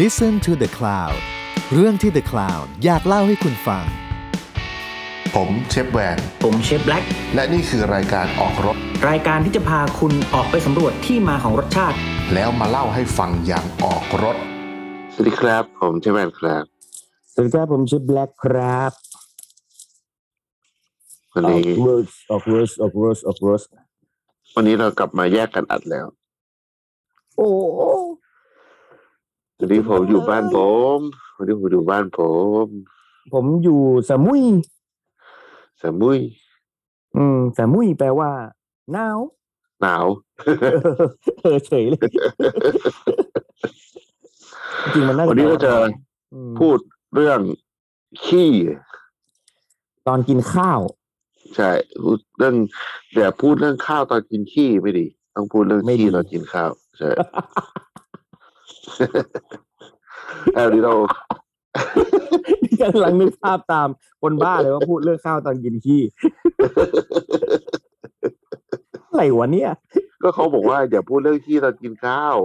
Listen to the Cloud เรื่องที่ The Cloud อยากเล่าให้คุณฟัง ผมเชฟแวน ผมเชฟแบล็ก และนี่คือรายการออกรถ รายการที่จะพาคุณออกไปสำรวจที่มาของรสชาติ แล้วมาเล่าให้ฟังอย่างออกรถ สวัสดีครับ ผมเชฟแมนครับ สวัสดีครับผมชื่อแบล็คครับ วัน ออ นี้ กเวิร์สออกเวิร์สออกเวิร์สออกเวิร์ส วันนี้เรากลับมาแยกกันอัดแล้ว โอ้ วันนี้ผมอยู่บ้านผมวันนี้ผมอยู่บ้านผม ผมอยู่สมุย สมุย อืมสมุยแปลว่าหนาว หนาว เออเออเฉยเลยจริงมันน่า วันนี้เราจะ อืม พูดเรื่องขี้ ตอนกินข้าว ใช่พูดเรื่องแต่าพูดเรื่องข้าวตอนกินขี้ไม่ดี ต้องพูดเรื่อง ไม่ดี ขี้ตอนกินข้าวใช่ เอาวันนี้เรา กำลังนึกภาพตามคนบ้าเลยว่าพูดเรื่องข้าวตอนกินขี้ อะไรวะเนี่ย ก็เขาบอกว่าอย่าพูดเรื่องขี้ตอนกินข้าว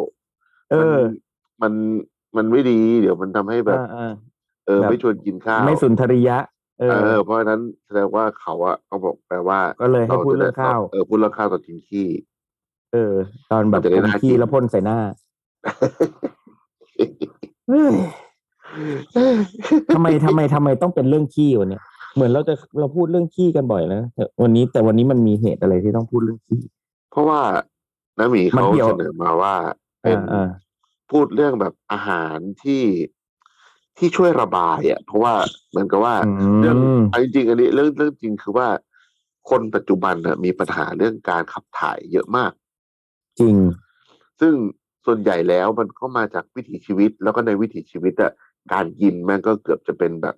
เออ มันมันไม่ดี เดี๋ยวมันทำให้แบบ อ่า เออ แบบ ไม่ชวนกินข้าว ๆไม่สุนทรียะ เอ เอ อ อเพราะฉะนั้นแสดงว่าเขาอะเขาบอกแปลว่า ก็เลยให้พูดเรื่องข้าว เออพูดเรื่องข้าวตอนกินขี้ เออ ตอนแบบ มันจะได้ ผม น่ากิ ขี้ น แล้วพ่นใส่หน้าเฮ้ยทำไมทำไมทำไมต้องเป็นเรื่องขี้วันเนี้ยเหมือนเราจะเราพูดเรื่องขี้กันบ่อยนะแต่วันนี้แต่วันนี้มันมีเหตุอะไรที่ต้องพูดเรื่องขี้ เพราะว่าน้าหมี มัน เขา เกี่ยว เสนอมาว่าเป็น อ่าอ่า พูดเรื่องแบบอาหารที่ที่ช่วยระบายอะเพราะว่าเหมือนกับว่า เรื่อง ม อันจริงๆอันนี้เรื่องเรื่องจริงคือว่า คนปัจจุบันน่ะมีปัญหาเรื่องการขับถ่ายเยอะมาก จริง ซึ่งส่วนใหญ่แล้วมันก็มาจากวิถีชีวิต แล้วก็ในวิถีชีวิตอะการกินมันก็เกือบจะเป็นแบบ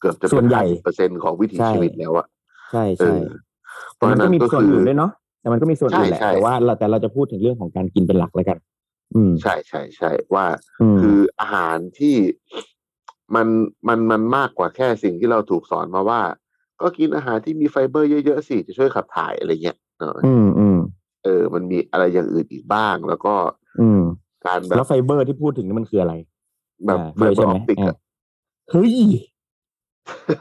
เกือบจะเป็ ส่วนใหญ่ เปอร์เซ็นต์ของวิถี ใช่ ชีวิตแล้วอะ ใช่ เอ ใช่ อเพ แต่ ราะ มั ฉะ นก็ นั้น มี ก็ ส่วน คือ อื่นด้วยเนาะแต่มันก็มีส่วนอื่นแหละ ใช่ใช่ แต่ว่าเราแต่เราจะพูดถึงเรื่องของการกินเป็นหลักแล้วกัน อืม ใช่ใช่ใช่ว่า อืม คืออาหารที่มันมันมันมากกว่าแค่สิ่งที่เราถูกสอนมาว่า ก็กินอาหารที่มีไฟเบอร์เยอะๆสิจะช่วยขับถ่ายอะไรเงี้ยเนอะ อืมอืม เออ มันมีอะไรอย่างอื่นอีกบ้าง แล้วก็ อืม การแบ แล้ว บ ไฟเบอร์ที่พูดถึงนี่มันคืออะไร แบบ อ่า ไฟ ด้วเบอยใช่ ร์อ ไหม อปติก อ่า อะ เฮ้ย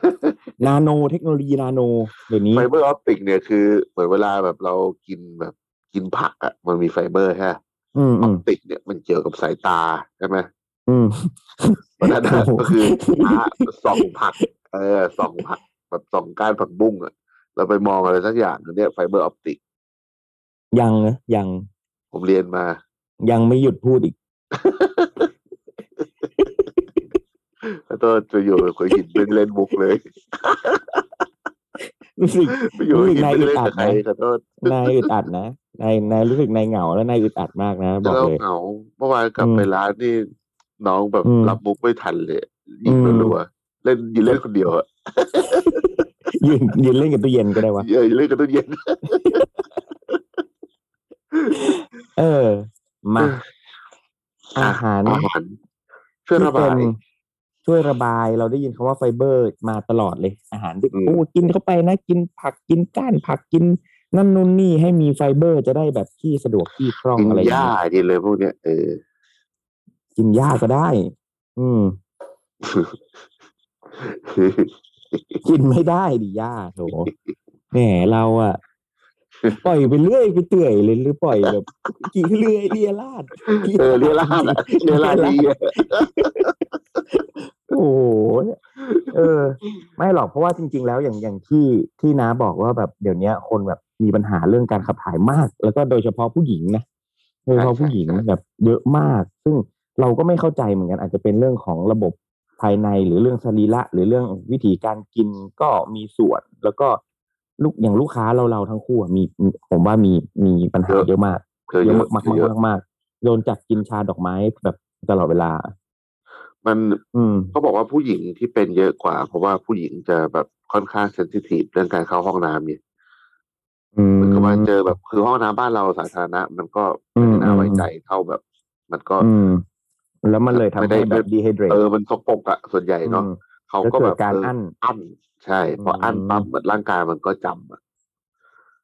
นาโนเทคโนโลยีนาโนเดี๋ยวนี้ ไฟเบอร์ออปติกเนี่ยคือเหมือนเวลาแบบเรากินแบบกินผักอะมันมีไฟเบอร์ฮะ อืม อ อื อ ม ปติกเนี่ยมันเกี่ยวกับสายตาใช่ไหม อืม วันนั้นน่ะ โอ้โห ก็คือพระส่องผัก เออส่องผักแบบส่องการผักบุ้งอะเราไปมองอะไรสักอย่างเนี่ยไฟเบอร์ออปติก ยังนะยัง ผมเรียนมา ยังไม่หยุดพูดอีก แล้วก็จะอยู่กับคนหินเป็นเล่นมุกเลย รู้สึก ไปอยู่กับหิน นาย เป็นเล่น อึดอั กับ ด ใคร ไหม ขอโทษ นายอึดอัดนะนายนายรู้สึกนายเหงาแล้วนายอึดอัดมากนะ บอก แล้ว เลย เหงาเมื่อวานกลับ อืม ไปร้านนี่น้องแบบ อืม รับมุกไม่ทันเลยยิง อืม รัวๆเล่นยิงเล่นคนเดียวอะ ยืนยืนเล่นกับตู้เย็นก็ได้วะ เออยิงเล่นกันตู้เย็น เออ มา เออ อาหาร อาหารช่วย ที่ ระ เป็ บาน ย ช่วยระบายเราได้ยินคำว่าไฟเบอร์มาตลอดเลย อาหารที่ อืม โอ้กินเข้าไปนะ กินผักกินก้านผักกิน นั่นนู่นนี่ให้มีไฟเบอร์จะได้แบบที่สะดวกที่คล่อง กิน อะไรอย่า ห ง ญ้า เงี้ย ดีเลยพวกเนี้ยเอ อ กินหญ้าก็ได้ อืม กินไม่ได้ดิย่าโถแหมเราอะปล่อยไปเรื่อยไปเตื่อยเลยหรือปล่อยแบบ กินเรื่อยเรียราด เออเรียรา ดอะเรียราดดีอะ โอ้โหเออ ไม่หรอกเพราะว่าจริง ๆ แล้วอย่างอย่างที่ที่น้าบอกว่าแบบเดี๋ยวเนี้ย คนแบบมีปัญหาเรื่องการขับถ่ายมาก แล้วก็โดยเฉพาะผู้หญิงนะโดยเฉพาะผู้หญิงแบบเยอะมาก ซึ่งเราก็ไม่เข้าใจเหมือนกันอาจจะเป็นเรื่องของระบบ ภายในหรือเรื่องสรีระหรือเรื่องวิธีการกินก็มีส่วน แล้วก็ลูกอย่างลูกค้าเราเราทั้งคู่อะมีมีผมว่ามีมีปัญหา เยอะ เยอะมาก เยอะ เย เย อะ อะ มาก เยอะ มากมากโดนจับกินชาดอกไม้แบบตลอดเวลา มัน อืม เขาบอกว่าผู้หญิงที่เป็นเยอะกว่า เพราะว่าผู้หญิงจะแบบค่อนข้างเซนซิทีฟเรื่องการเข้าห้องน้ำเนี่ย อืม เหมือนกับว่าเจอแบบคือห้องน้ำบ้านเราสาธารณะ มันก็ อื ไม่ ม น่าไว้ใจเท่าแบบ มันก็ อืม แล้วมันเลยทำ ไม่ได้ ให้แบบ ไม่ dehydrate เออมันสกปรกอะส่วนใหญ่เนาะ อืม เขาก็แบบ แล้วเกิดการอั้น เอั้นใช่พออั้น อืม ปั๊บเหมือนร่างกายมันก็จำอะ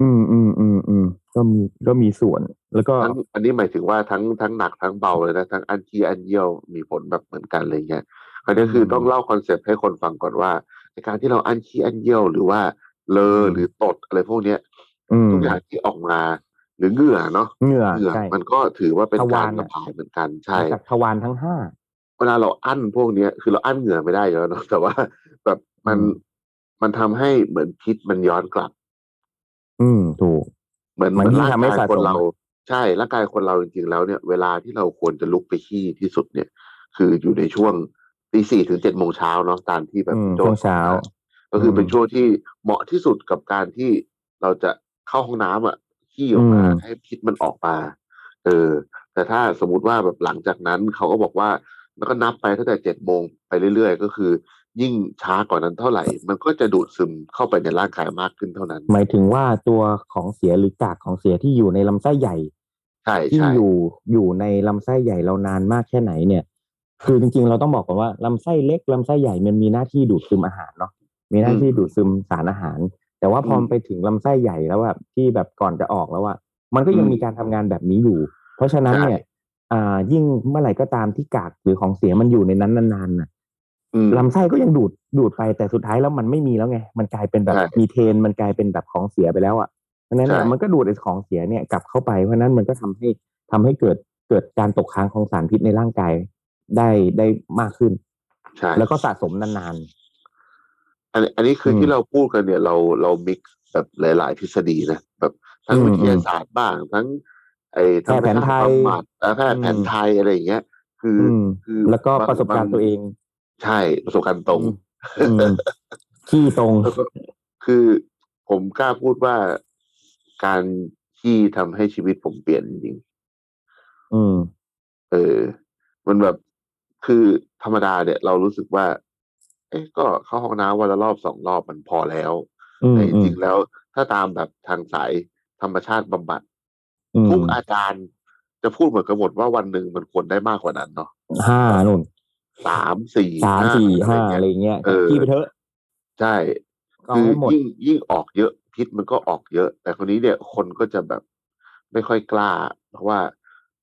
อืมอืมอืมอืม ก็มีก็มีส่วน แล้วก็ ทั้งอันนี้หมายถึงว่าทั้งทั้งหนักทั้งเบาเลยนะทั้งอันที่อันเยี่ยวมีผลแบบเหมือนกันอะไรเงี้ยอันนี้คือ ม ต้องเล่าคอนเซปต์ให้คนฟังก่อนว่าในการที่เราอันขี้อันเยี่ยวหรือว่าเลอหรือตดอะไรพวกเนี้ย อืม ทุกอย่างที่ออกมาหรือเหงื่อเนาะ เหงื่อ เหงื่อ ใช่ มันก็ถือว่าเป็นกาวทาร ร ระ น่ะ บายเหมือนกันใช่ จากทวารทั้งห้า เวลาเราอั้นพวกเนี้ยคือเราอั้นเหงื่อไม่ได้อยู่แล้วเนาะแต่ว่าแบบมัน อืม มันทำให้เหมือนพิษมันย้อนกลับ อืมถูก เหมือน มันยิ่ง ร่าง ทำให้ กาย สะสม คนเรา ใช่ร่างกายคนเราจริงๆแล้วเนี่ยเวลาที่เราควรจะลุกไปขี้ที่สุดเนี่ย คืออยู่ในช่วงตีสี่ถึงเจ็ดโมงเช้าเนาะตามที่แบบ อืม โจ ช่ว ท ง ย์ เช้า ก็คืออ ม เป็นช่วงที่เหมาะที่สุดกับการที่เราจะเข้าห้องน้ำอ่ะขี้ออกมาให้พิษมันออกมา เออ แต่ถ้าสมมติว่าแบบหลังจากนั้นเขาก็บอกว่าแล้วก็นับไปตั้งแต่เจ็ดโมงไปเรื่อยๆ ก็คือ ยิ่งช้ากว่อนนั้นเท่าไหร่ มันก็จะดูดซึมเข้าไปในร่างกายมากขึ้นเท่านั้น หมายถึงว่าตัวของเสียหรือกากของเสียที่อยู่ในลำไส้ใหญ่ ใช่ ที่ ใช่ อยู่อยู่ในลำไส้ใหญ่เรานานมากแค่ไหนเนี่ย คือจริงๆ เราต้องบอกก่อนว่าลำไส้เล็กลำไส้ใหญ่มันมีหน้าที่ดูดซึมอาหารเนาะมีหน้าที่ดูดซึมสารอาหาร แต่ว่าพอ อืม ไปถึงลำไส้ใหญ่แล้วแบบที่แบบก่อนจะออกแล้วอะมันก็ยัง อืม มีการทำงานแบบนี้อยู่ เพราะฉะนั้น ใช่ เนี่ย อ่า ยิ่งเมื่อไหร่ก็ตามที่กากหรือของเสียมันอยู่ในนั้นนานๆน่ะ อืม ลำไส้ก็ยังดูดดูดไปแต่สุดท้ายแล้วมันไม่มีแล้วไง มันกลายเป็นแบบ ใช่ มีเทนมันกลายเป็นแบบของเสียไปแล้วอะ เพราะฉะนั้นเนี่ย ใช่ มันก็ดูดไอ้ของเสียเนี่ยกลับเข้าไปเพราะฉะนั้นมันก็ทำให้ทำให้เกิดเกิดการตกค้างของสารพิษในร่างกายได้ได้มากขึ้น ใช่ แล้วก็สะสมนาน อันนี้อันนี้คืออ ม ที่เราพูดกันเนี่ยเราเรามิกซ์แบบหลาย ๆ ทฤษฎีนะแบบทั้ง อืม วิทยาศาสตร์บ้าง ทั้ง ไอ้ธรรม แพทย์แผนไทชายติบำบัดเอ่อแพทย์แผน อืม ไทยอะไรอย่างเงี้ย คื ๆ อ อื อ ม คือ แล้วก็ ง ประสบกางรณ์ตัวเอง ใช่ประสบการณ์ตรง อืมขี้ตรง แล้วก็คือผมกล้าพูดว่าการที่ทำให้ชีวิตผมเปลี่ยนจริง อืม เออ มันแบบคือธรรมดาเนี่ย เรารู้สึกว่า เอ๊ะก็เข้าห้องน้ำวันละรอบสองรอบมันพอแล้ว อืม แต่จ อืม ริงๆแล้วถ้าตามแบบทางสายธรรมชาติบำบัด อืม ทุกอาจารย์จะพูดเหมือนกันหมดว่าวันหนึ่งมันควรได้มากกว่านั้นเนาะ ห้านู่น สามสี่ สามสี่ห้า อะ อะไร ไรเงี้ย เงี้ย เออ ขี้ไปเถอะ ใช่ เอา คือ ให้หมด ยิ่งยิ่งออกเยอะพิษมันก็ออกเยอะ แต่คนนี้เนี่ยคนก็จะแบบไม่ค่อยกล้า เพราะว่า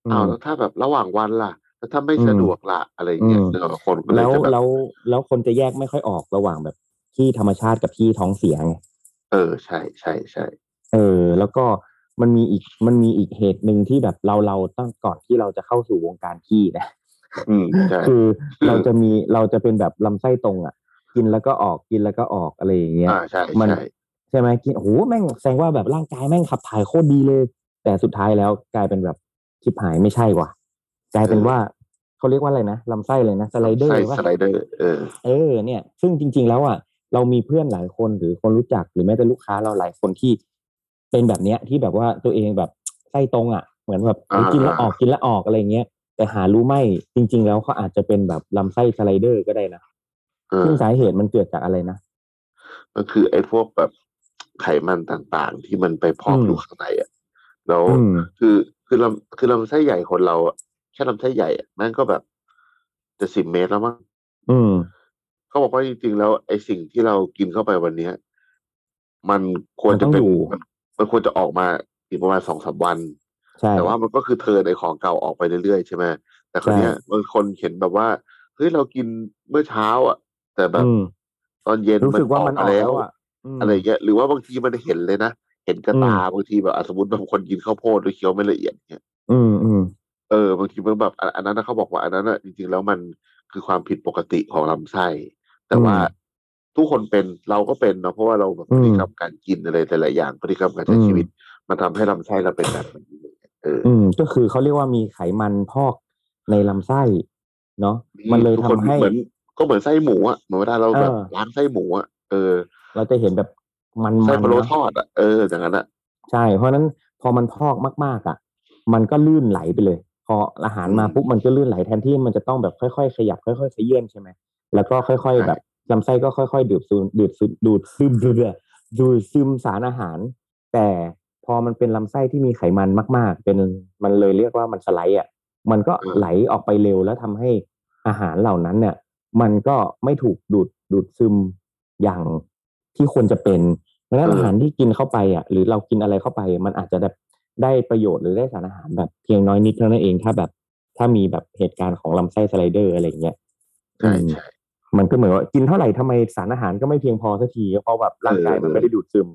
อืม อ้าวแล้วถ้าแบบระหว่างวันล่ะแล้วถ้าไม่ อืม สะดวกล่ะอะไรเงี้ย อืม เดี๋ยวคนก็เลย แล้ว จะแบบ แล้วแล้วคนจะแยกไม่ค่อยออกระหว่างแบบขี้ธรรมชาติกับขี้ท้องเสียไง เออใช่ใช่ใช่ เออแล้วก็มันมีอีกมันมีอีกเหตุหนึ่งที่แบบเราเราตั้งก่อนที่เราจะเข้าสู่วงการขี้นะ อืมใช่ คือ คือ เราจะมีเราจะเป็นแบบลำไส้ตรงอ่ะ กินแล้วก็ออกกินแล้วก็ออกอะไรอย่างเงี้ย อ่าใช่ มัน ใช่ ใช่ไหมกินโอ้โหแม่งแสดงว่าแบบร่างกายแม่งขับถ่ายโคตรดีเลย แต่สุดท้ายแล้วกลายเป็นแบบชิบหายไม่ใช่ว่ะกลายเป็นว่าเขาเรียกว่าอะไรนะลำไส้เลยนะสไลเดอร์ ใช่ ป่ะ สไลเดอร์เออ เออเนี่ย ซึ่งจริง ๆ แล้วอ่ะเรามีเพื่อนหลายคนหรือคนรู้จักหรือแม้แต่ลูกค้าเราหลายคนที่ เป็นแบบเนี้ยที่แบบว่าตัวเองแบบไส้ตรงอ่ะ เหมือนแบบ อ่า กินแล้วออกกินแล้วออกอะไรเงี้ยแต่หารู้ไหมจริง ๆ แล้วเขาอาจจะเป็นแบบลำไส้สไลเดอร์ก็ได้นะ เออ ซึ่งสาเหตุมันเกิดจากอะไรนะ ก็คือไอ้พวกแบบไขมันต่างๆ ที่มันไปพอก อืม อยู่ข้างในอ่ะแล้ว อืม คือคือลำคือลำไส้ใหญ่คนเราอะแค่ลำไส้ใหญ่อะแม่งก็แบบจะสิบเมตรแล้วมั้ง อืม เขาบอกว่าจริงๆแล้วไอ้สิ่งที่เรากินเข้าไปวันเนี้ย มันควรจะเป็น มันต้องอยู่ มันมันควรจะออกมาอีกประมาณสองสามวัน ใช่ แต่ว่ามันก็คือเทิร์นไอ้ของเก่าออกไปเรื่อยๆใช่ไหมแต่คนเนี้ยบางคนเห็นแบบว่าเฮ้ยเรากินเมื่อเช้า อ่ะ แต่แบบ อืม ตอนเย็น รู้สึกว่ามันอ มา อกแล้วอ่ะม อะไรเงี้ยหรือว่าบางทีมันเห็นเลยนะ เห็นกระตาบางทีแบบอ่ะสมมติแบบคนกินข้าวโพดแล้วเคี้ยวไม่ละเอียดเนี่ย อืมอืม เออบางทีมันแบบอันอันนั้นนะเขาบอกว่าอันนั้นนะจริงๆแล้วมันคือความผิดปกติของลำไส้ แต่ว่าทุกคนเป็นเราก็เป็นเนาะเพราะว่าเราแบบพฤติกรรมการกินอะไรแต่ละอย่างพฤติกรรมการใช้ชีวิต มันทำให้ลำไส้เราเป็นแบบนี้เออ อืมก็คือเขาเรียกว่ามีไขมันพอกในลำไส้เนาะมันเลย ทุก ทำ คน ให้ เหมือนก็เหมือนไส้หมูอ่ะเหมือนเวลาเราแบบ เออ ล้างไส้หมูอ่ะเออ เราจะเห็นแบบมันๆ ไส้พะโล้ เนอะ ทอดอ่ะเอออย่างนั้นอ่ะ ใช่ เพราะฉะนั้นพอมันพอกมากๆ อ่ะ มันก็ลื่นไหลไปเลย พออาหารมา อืม ปุ๊บมันก็ลื่นไหลแทนที่มันจะต้องแบบค่อยๆขยับค่อยๆขยื่นใช่ไหมแล้วก็ค่อย ใช่ ๆแบบลำไส้ก็ค่อยๆดูดซึมดูดซึมดูดซึม ดูดดูดซึมสารอาหาร แต่พอมันเป็นลำไส้ที่มีไขมันมาก ๆ เป็นมันเลยเรียกว่ามันสไลด์อ่ะมันก็ไหลออกไปเร็วแล้วทำให้อาหารเหล่านั้นเนี่ย มันก็ไม่ถูกดูดดูดซึมอย่างที่ควรจะเป็น เพราะฉะนั้น เอออ อาหารที่กินเข้าไปอ่ะหรือเรากินอะไรเข้าไป มันอาจจะแบบได้ประโยชน์หรือได้สารอาหารแบบเพียงน้อยนิดเท่านั้นเองถ้าแบบ ถ้ามีแบบเหตุการณ์ของลำไส้สไลเดอร์อะไรอย่างเงี้ย ใช่ใช่ มันก็เหมือนว่ากินเท่าไหร่ทำไมสารอาหารก็ไม่เพียงพอสักทีเพราะแบบร่างกายมันไม่ได้ดูดซึม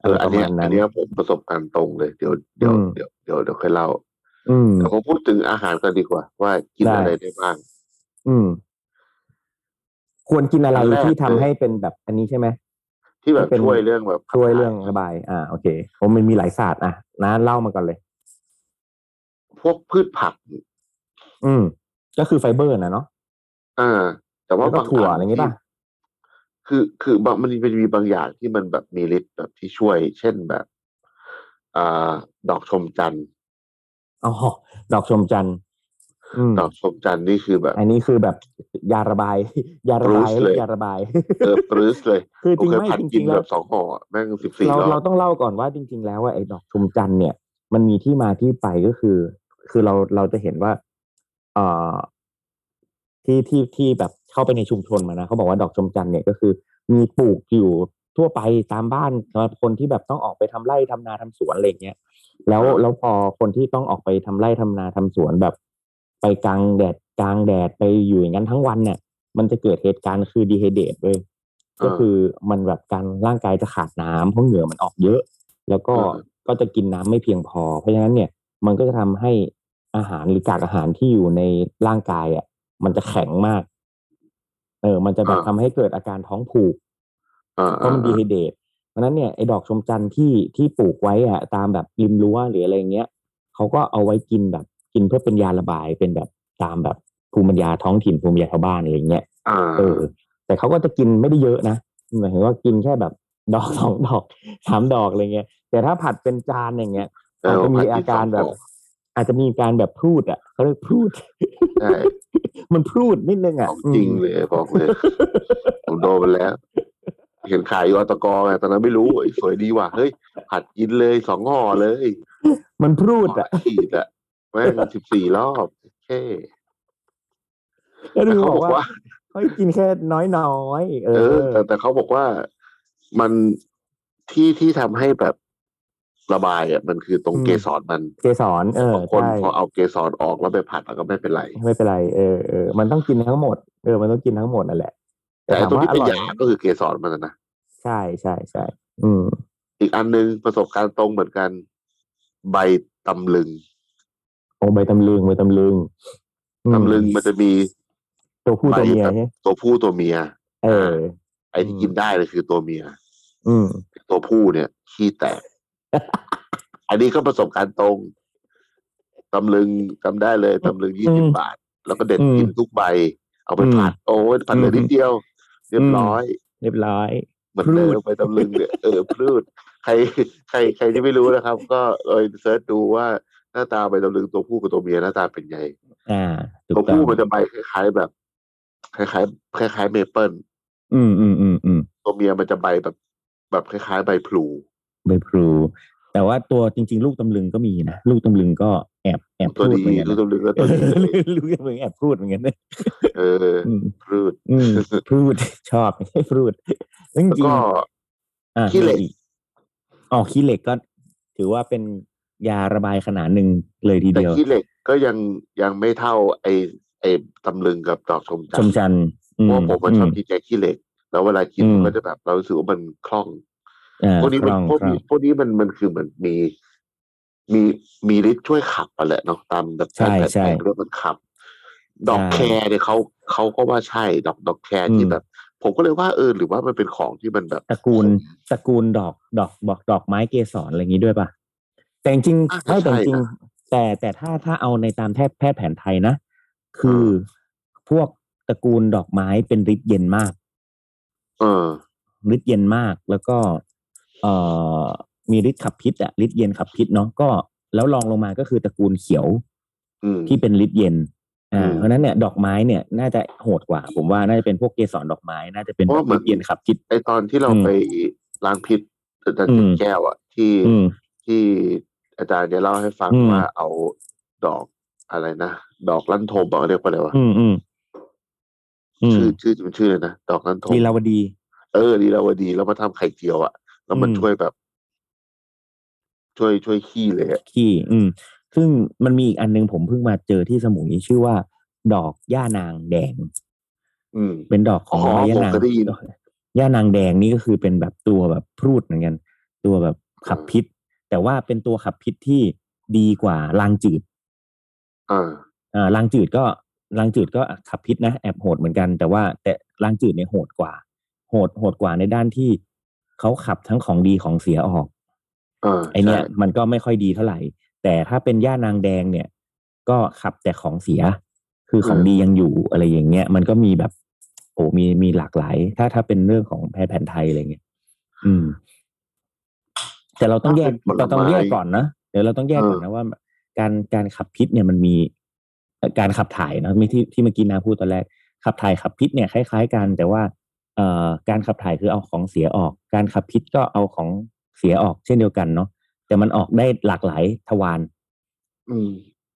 เอออันเนี้ย ะไรประมาณ อันเนี้ยผมประสบการณ์ตรงเลยเดี๋ยวเดี๋ยว อืม เดี๋ยวเดี๋ยวเดี๋ยวค่อยเล่า อืม แต่ผมพูดถึงอาหารกันดีกว่า ว่ากิน ได้ อะไรได้บ้าง อืม ควรกินอะไร อันแรก ที่ทำให้เป็นแบบอันนี้ใช่ไหม ที่แบบ เป็น ช่วยเรื่องแบบ ช่วยเรื่องระบาย อ่า โอเคผมมันมีหลายศาสตร์อ่ะนะเล่ามาก่อนเลย พวกพืชผัก อืม ก็คือไฟเบอร์นะเนาะ เอ่าแต่ว่า แล้วก็ บาง ถั่ว น อะไรอย่างงี้ป่ะ คือคือบางมันมันมีบางอย่างที่มันแบบมีฤทธิ์แบบที่ช่วย เช่นแบบอ่าดอกชมจันทร์ อ๋อ ดอกชมจันทร์อืม ดอกชมจันทร์นี่คือแบบ อันนี้คือแบบยาระบาย ยาระบาย Bruce เลย ยาระบาย เออปรื้สเลย คือจ กู ริง เคย ไม่ ผัด จ กิ ริ น งๆแล้ แบ ว บสองห่อแม่งสิบสี่ เรา รอ เรา บ ต้องเล่าก่อนว่าจริง ๆ แล้วว่าไอ้ดอกชมจันทร์เนี่ย มันมีที่มาที่ไปก็คือ คือเราเราจะเห็นว่าเอ่อที่ที่ที่แบบเข้าไปในชุมชนมานะเขาบอกว่าดอกชมจันทร์เนี่ยก็คือ มีปลูกอยู่ทั่วไปตามบ้านสำหรับคนที่แบบต้องออกไปทำไร่ทำนาทำสวนอะไรอย่างเงี้ยแล้วแล้วพอคนที่ต้องออกไปทำไร่ทำนาทำสวนแบบ ไปกลางแดดกลางแดดไปอยู่อย่างนั้นทั้งวันเนี่ย มันจะเกิดเหตุการณ์คือดีเฮเดตเลย ก็คือมันแบบการร่างกายจะขาดน้ำเพราะเหงื่อมันออกเยอะ แล้วก็ก็จะกินน้ำไม่เพียงพอ เพราะฉะนั้นเนี่ย มันก็จะทำให้อาหารหรือกากอาหารที่อยู่ในร่างกายอ่ะ มันจะแข็งมาก เออ มันจะแบบทำให้เกิดอาการท้องผูก อ่า เพราะมันดีไฮเดตเพราะฉะนั้นเนี่ยไอ้ดอกชมจันทร์ที่ที่ปลูกไว้อะตามแบบริมรั้วหรืออะไรเงี้ยเขาก็เอาไว้กินแบบกินเพื่อเป็นยาระบายเป็นแบบตามแบบภูมิปัญญาท้องถิ่นภูมิปัญญาชาวบ้านอะไรเงี้ย อ่า เออ แต่เขาก็จะกินไม่ได้เยอะนะหมายถึงว่ากินแค่แบบ ดอก สองดอกสามดอกอะไรเงี้ย แต่ถ้าผัดเป็นจานอย่างเงี้ยอาจจะมีอาการแบบ อาจจะมีการแบบพรูดอ่ะเขาเรียกพรูด ใช่ มันพรูดนิดนึงอ่ะ ของจริงเลยบอกเลย ผมโดนมันแล้ว เห็นขายอยู่อตกไงตอนนั้นไม่รู้เอ้ยสวยดีว่ะเฮ้ยผัดกินเลยสองห่อเลย มันพรูดอ่ะ ขีดอะแม่งสิบสี่รอบเท่ แล้ว แต่ ดู เขา บบอ อกก ว่า ว่า เขาให้กินแค่น้อยน้อยๆเอ เออ อ แต่แต่เขาบอกว่ามันที่ที่ทำให้แบบระบายอ่ะมันคือตรง อืม เกสรมัน เกสรเออบ างคน ใช่ พอเอาเกสรออกแล้วไปผัดแล้วก็ไม่เป็นไร ไม่เป็นไรเออเออมันต้องกินทั้งหมดเออมันต้องกินทั้งหมดนั่นแหละ แต่ไอ้ ถาม ตัว ว่า ที่ อ เป็น ร่อย ยาก็คือเกสรมันนะ ใช่ใช่ใช่อืม อีกอันหนึ่งประสบการณ์ตรงเหมือนกัน ใบตำลึง โอ้ใบตำลึงใบตำลึงอืม ตำลึงมันจะมี ตัวผู้ตัวเมียใช่ไหม ตัวผู้ตัวเมีย เออ ไอ้ที่กินได้เลยคือตัวเมีย อืม ตัวผู้เนี่ยขี้แตก อันนี้ก็ประสบการณ์ตรงตำลึงจำได้เลยตำลึงยี่ อื สิบ ม บาท แล้วก็เด็ด อืม กินทุกใบ เอาไป อืม ผัดโอ้ยผัดเหลืออ ม นิดเดียว เรียบร้อย เรียบร้อย เหมือนเดิมไปตำลึงเนี่ยเออพลืดใครใครใครที่ไม่รู้นะครับ ก็เอยเซิร์ชดูว่าหน้าตาใบตำลึงตัวผู้กับตัวเมียหน้าตาเป็นไง อ่าถูก ตัว ต้อ ผู้ ง มันจะใบคล้ายๆแบบ คล้ายๆคล้ายๆเมเปิล อืมอืมอืมอืม ตัวเมียมันจะใบแบบ แบบคล้ายๆใบพลู ใบพลูแต่ว่าตัวจริง ๆ ลูกตำลึงก็มีนะ ลูกตำลึงก็แอบแอบ ตัว พูด ดี เหมือนกัน ตัว นะ ตัวเล็กก็ตัวดี เลย ลูกตำลึงแอบพูดเหมือนกันนะ เออ อืม พลืด อืมพูด ชอบ พูดแล้วจ แล้ว ริง ก็ ๆอ่า ขี้เหล็ก อ๋อขี้เหล็กก็ ถือว่าเป็นยาระบายขนาดหนึ่งเลยที แต่ เดียว ขี้เหล็กก็ยังยังไม่เท่าไอไอตำลึงกับดอกชมจั ช นท ม ร์ จันทร์อื เพ ม ราะว่าผมมันชอบ ม กินแกงขี้เหล็ก แล้วเวลากิน อืม มันก็จะแบบเรารู้สึกว่ามันคล่อง อ่า พวกนี้มัน คล่อง พวก คล่อ นี้ ง พวกนี้มันมันคือเหมือนมี มีมีฤทธิ์ช่วยขับอะแหละเนาะตามแบบ ใช่ แผนแผน ใช่ แผนเรื่องมันขับ ดอก ใช่ แคร์เนี่ยเขาเขาก็ว่าใช่ ดอกดอกแคร์ที่ อืม แบบ ผมก็เลยว่าเออหรือว่ามันเป็นของที่มันแบบ ตระกูลตระกูลดอกดอกบอกดอกไม้เกสรอะไรอย่างนี้ด้วยป่ะ แต่จริงๆ อ่ะ ไม่แต่ ใช่ จริง นะ ๆแต่แต่ถ้าถ้าเอาในตามแพทย์แพทย์แผนไทยนะ คือพวกตระกูลดอกไม้เป็นฤทธิ์เย็นมาก เออ ฤทธิ์เย็นมากแล้วก็ เอ่อมีฤทธิ์ขับพิษอะฤทธิ์เย็นขับพิษเนาะก็แล้วรองลงมาก็คือตระกูลเขียว อืม ที่เป็นฤทธิ์เย็น อื อ่า ม เพราะฉะนั้นเนี่ยดอกไม้เนี่ย น่าจะโหดกว่า ผมว่าน่าจะเป็นพวกเกสรดอกไม้ น่าจะเป็น เพราะว่าเหมื ฤ อน ทธิ์เย็นขับพิษ ไอตอนที่เรา อืม ไปล้างพิษอาจารย์ อืม แก้วอะที่ อืม ที่อาจารย์จะเล่าให้ฟัง อืม ว่าเอาดอกอะไรนะดอกลั่นทมบอกเรียกว่าอะไรวะ อืมอืมอืม ชื่อชื่อมันชื่อเลยนะดอกลั่นทม ลีลาวดี เออดีลาวดีแล้วมาทำไข่เจียวอ่ะ แล้วมัน อืม ช่วยแบบ ช่วยช่วยขี้เลยอะ ขี้อืม ซึ่งมันมีอีกอันหนึงผมเพิ่งมาเจอที่สมุยชื่อว่า ดอกย่านางแดง อืม เป็นดอกของ อ๋อ ร้อยย่า ผม นาง เคยได้ยิน ย่านางแดงนี่ก็คือเป็นแบบตัวแบบพรูดเหมือนกัน ตัวแบบขับพิษ แต่ว่าเป็นตัวขับพิษที่ดีกว่าลางจืด อ่า อ่าลางจืดก็ลางจืดก็ขับพิษนะแอบโหดเหมือนกัน แต่ว่าแต่ลางจืดเนี่ยโหดกว่า โหดโหดกว่าในด้านที่เขาขับทั้งของดีของเสียออก อ่า ไอเนี่ย ใช่ มันก็ไม่ค่อยดีเท่าไหร่ แต่ถ้าเป็นย่านางแดงเนี่ย ก็ขับแต่ของเสีย คือของดียังอยู่อะไรอย่างเงี้ยมันก็มีแบบ โอ้มีมีหลากหลาย ถ้าถ้าเป็นเรื่องของแพทย์แผนไทยอะไรเงี้ยอืม แต่เราต้องแยกเราต้องแยกก่อนนะเดี๋ยวเราต้องแยกก่อนนะว่า การการขับพิษเนี่ยมันมีเอ่อการขับถ่ายนะไม่ที่ที่เมื่อกี้นาพูดตอนแรกขับถ่ายขับพิษเนี่ยคล้าย ๆ กัน แต่ว่า เอ่อการขับถ่ายคือเอาของเสียออก การขับพิษก็เอาของเสียออก เช่นเดียวกันเนาะแต่มันออกได้หลากหลายทวาร อืม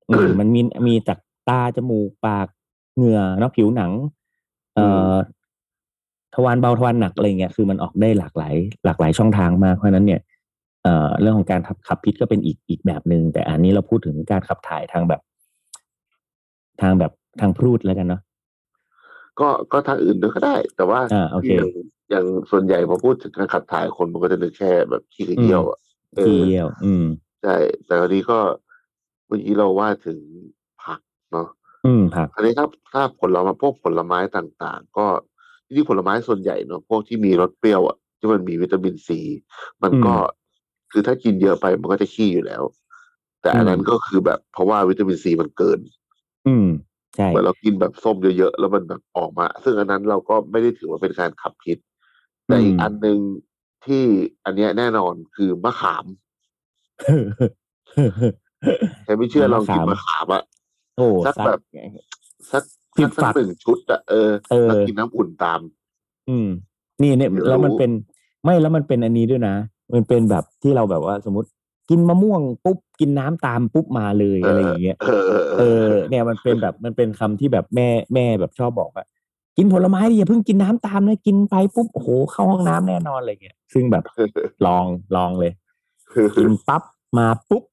อืมมันมีมีจากตาจมูกปากเหงื่อเนาะผิวหนัง เอ่ออทวารเบาทวารหนักอะไรเงี้ยคือมันออกได้หลากหลาย หลากหลายช่องทางมากเพราะฉะนั้นเนี่ยเอ่อเรื่องของการขับขับพิษก็เป็นอีกอีกแบบหนึ่งแต่อันนี้เราพูดถึงการขับถ่ายทางแบบ ทางแบบทางพรูดแล้วกันเนาะ ก็ก็ทางอื่นด้วยก็ได้ แต่ว่า อ่าโอเค ย่างอย่างส่วนใหญ่พอพูดถึงการขับถ่ายคนมันก็จะนึกแค่แบบขี้กระเยี่ยวอะเอ ที่ อ เยี่ยว อืม ใช่แต่วันนี้ก็เมื่อกี้เราว่าถึงผักเนาะ อืมผัก อันนี้ถ้าถ้าผลไม้พวกผลไม้ต่างๆ ก็ที่ผลไม้ส่วนใหญ่เนาะพวกที่มีรสเปรี้ยวอ่ะที่มันมีวิตามินซีมันก็คือถ้ากินเยอะไปมันก็จะขี้อยู่แล้ว แต่อันนั้นก็คือแบบเพราะว่าวิตามินซีมันเกิน อืมใช่ เหมือนเรากินแบบส้มเยอะๆ แล้วมันแบบออกมา ซึ่งอันนั้นเราก็ไม่ได้ถือว่าเป็นการขับพิษ แต่อีก อืม อันหนึ่งที่อันเนี้ยแน่นอนคือมะขาม ใครไม่เชื่อลองกินมะขามอะ โอ้ สักแบบ สัก สิบ สัก ฝัก หนึ่งชุดอะเออ เออ แล้วกินน้ำอุ่นตาม อืม นี่เนี่ย ไม่รู้ แล้วมันเป็นไม่แล้วมันเป็นอันนี้ด้วยนะ มันเป็นแบบที่เราแบบว่าสมมติกินมะม่วงปุ๊บกินน้ำตามปุ๊บมาเลยอะไรอย่างเงี้ย เออ เออ เนี่ยมันเป็นแบบมันเป็นคำที่แบบแม่แม่แบบชอบบอกว่ากินผลไม้ดิอย่าเพิ่งกินน้ำตามนะกินไปปุ๊บโอ้โหเข้าห้องน้ำแน่นอนอะไรเงี้ยซึ่ง แบบลองลองเลย กินปั๊บมาปุ๊บ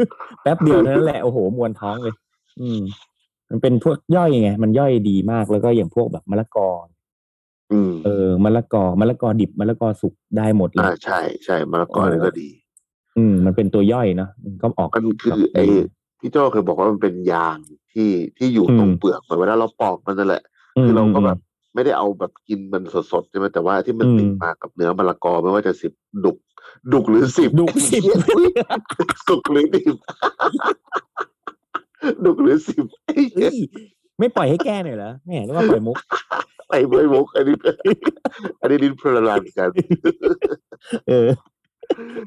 แป๊บเดียวเท่านั้นแหละ โอ้โห มวนท้องเลย อืม มันเป็นพวกย่อยไง มันย่อยดีมากแล้วก็อย่างพวกแบบมะละกอ อืม เออมะละกอมะละกอดิบมะละกอสุกได้หมดเล อ่าย ใช่ใช่มะละกอนี่ก็ดี อืม มันเป็นตัวย่อยเนาะมันก็ออก มันคือไอ้พี่โจ้เคยบอกว่ามันเป็นยางที่ที่อยู่ตรง อืม เปลือกเหมือนเวลาเราปอกมันนั่นแหละ ม คือเราก็แบบ ม ไม่ได้เอาแบบกินมันสดๆใช่ไหมแต่ว่าที่มัน อืม ติดมากับเนื้อมะละกอไม่ว่าจะสิบดุก ดุกหรือสิบ ดุกสิบ เหี้ยอุ๊ยดุกหรือสิบดุกหรือสิบไอ้เหี้ เอ้ ย ยไม่ปล่อยให้แก้หน่อยเหรอแหม่นึกว่าปล่อยมุก ไอ้ใบมกอันนี้อันนี้ลิ้นพลานกัน เออ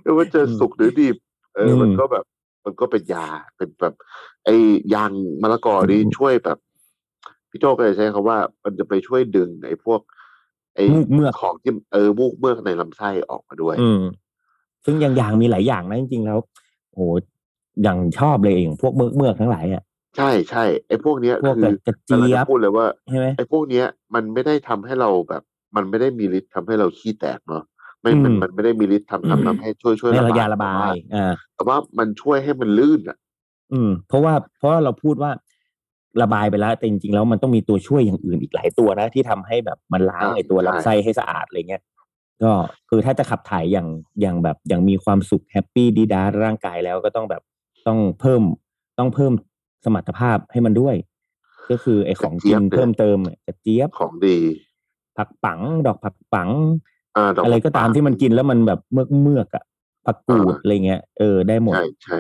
ไม่ว่าจะสุกหรือดิบเอออ ม มันก็แบบ มันก็เป็นยาเป็นแบบ ไอ้ยางมะละกอนี่ อืม ช่วยแบบพี่โจก็เลยใช้คำว่า มันจะไปช่วยดึงไอ้พวก ไอ้ มูกเมือก ของที่เออมูกเมือกในลำไส้ออกมาด้วย อืม ซึ่งอย่างอย่างมีหลายอย่างนะจริงๆแล้วโอ้โหอย่างชอบเลยเองพวกเมือกเมือกทั้งหลายอ่ะ ใช่ใช่ไอ้พวกเนี้ย พวก คื ก อ ระ กำลัง เจี๊ย จะ บ พูดเลยว่า ใช่ไหม ไอ้พวกเนี้ยมันไม่ได้ทำให้เราแบบ มันไม่ได้มีฤทธิ์ทำให้เราขี้แตกเนาะไม่มัน อืม มันไม่ได้มีฤทธิ์ทำทำทำให้ช่วยช่วย ใน ระ ระยะ บาย ระบาย แต่ว่ อ่า แต่ว่ามันช่วยให้มันลื่นอ่ะ อืม เพราะว่าเพราะว่าเราพูดว่าระบายไปแล้วแต่จริงๆแล้วมันต้องมีตัวช่วยอย่างอื่นอีกหลายตัวนะ ที่ทำให้แบบมันล้าง ใช่ ไอตัว ใช่ ลำไส้ให้สะอาดอะไรเงี้ยก็คือถ้าจะขับถ่ายอย่างอย่างแบบอย่างมีความสุขแฮปปี้ดีดาร่างกายแล้วก็ต้องแบบต้องเพิ่มต้องเพิ่มสมรรถภาพให้มันด้วย ก็คือไอของกินเพิ่มเติมกระเจี๊ยบ ของดี ผักปัง ดอกผักปัง อ่าด อะไรก็ตามที่มันกินแล้วมันแบบเมือกเมือกๆอะผักกูดอะไรเงี้ยเออได้หมด ใช่ใช่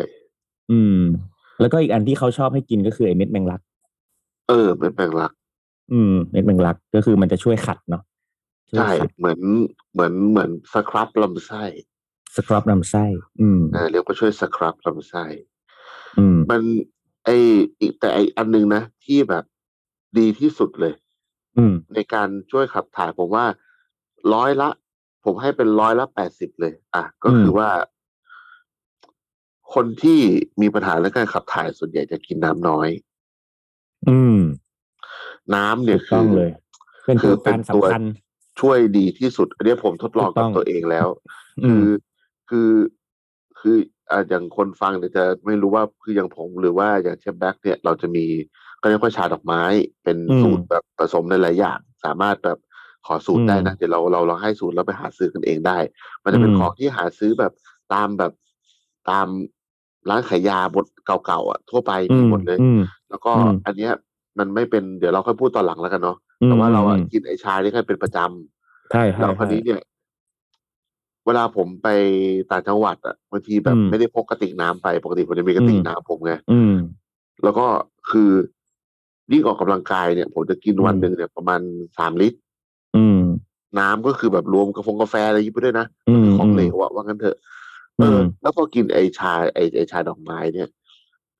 อืม แล้วก็อีกอันที่เขาชอบให้กินก็คือไอเม็ดแมงลัก เออเป็นแปลงหลัก อืมเม็ดแมงลักก็คือมันจะช่วยขัดเนาะวย ใช่ ขัด เหมือนเหมือนเหมือนสครับลำไส้ สครับลำไส้ อืม เออเรียกว่าช่วยสครับลำไส้ อืม มันไออีกแต่ไออันหนึงนะที่แบบดีที่สุดเลย อืม ในการช่วยขับถ่ายผมว่าร้อยละ ผมให้เป็นร้อยละแปดสิบเลย อ่ะ ก็คืออว่า คนที่มีปัญหาเรื่องการขับถ่ายส่วนใหญ่จะกินน้ำน้อย อืม น้ำเนี่ยคืถูกต้อง อ เลย เป็น คื ตัว อเป็ กาน ร ตัว สำคัญ ช่วยดีที่สุดอันเนี้ยผมทดลองกับ ถูกต้อง ตัวเองแล้วคือืม อคือคืออ่าอย่างคนฟังเนี่ยจะไม่รู้ว่าคืออย่างผมหรือว่าอย่างเชฟแบ็กเนี่ยเราจะมีก็เรียกว่าชาดอกไม้เป็น อืม สูตรแบบผสมในหลายๆอย่าง สามารถแบบขอสูตร อืม ได้นะเดี๋ยวเราเราเราให้สูตรแล้วไปหาซื้อกันเองได้ มันจะเป็น อืม ของที่หาซื้อแบบตามแบบตามร้านขายยาบทเก่าๆอ่ะทั่วไปมีหมดเลย อืม แล้วก็ อืม อันเนี้ยมันไม่เป็นเดี๋ยวเราค่อยพูดตอนหลังแล้วกันเนาะ อืม แต่ว่าเราอะ อืม กินไอชานี่ก็เป็นประจำ ใช่ใช่ แล้วค ใช่ ราวนี้เนี่ย เวลาผมไปต่างจังหวัดอะบางทีแบบ อืม ไม่ได้พกกระติกน้ำไปปกติผมจะมีกระติก อืม น้ำผมไง อืม แล้วก็คือยิ่งออกกำลังกายเนี่ย ผมจะกินวัน อืม หนึ่งเนี่ยประมาณสามลิตร อืม น้ำก็คือแบบรวมกระฟงกาแฟอะไรอย่างงี้ไปด้วยนะ อืม ของเหลวอะว่างั้นเถอะเอออ ม แล้วพอกินไอชาไอไอชาดอกไม้เนี่ย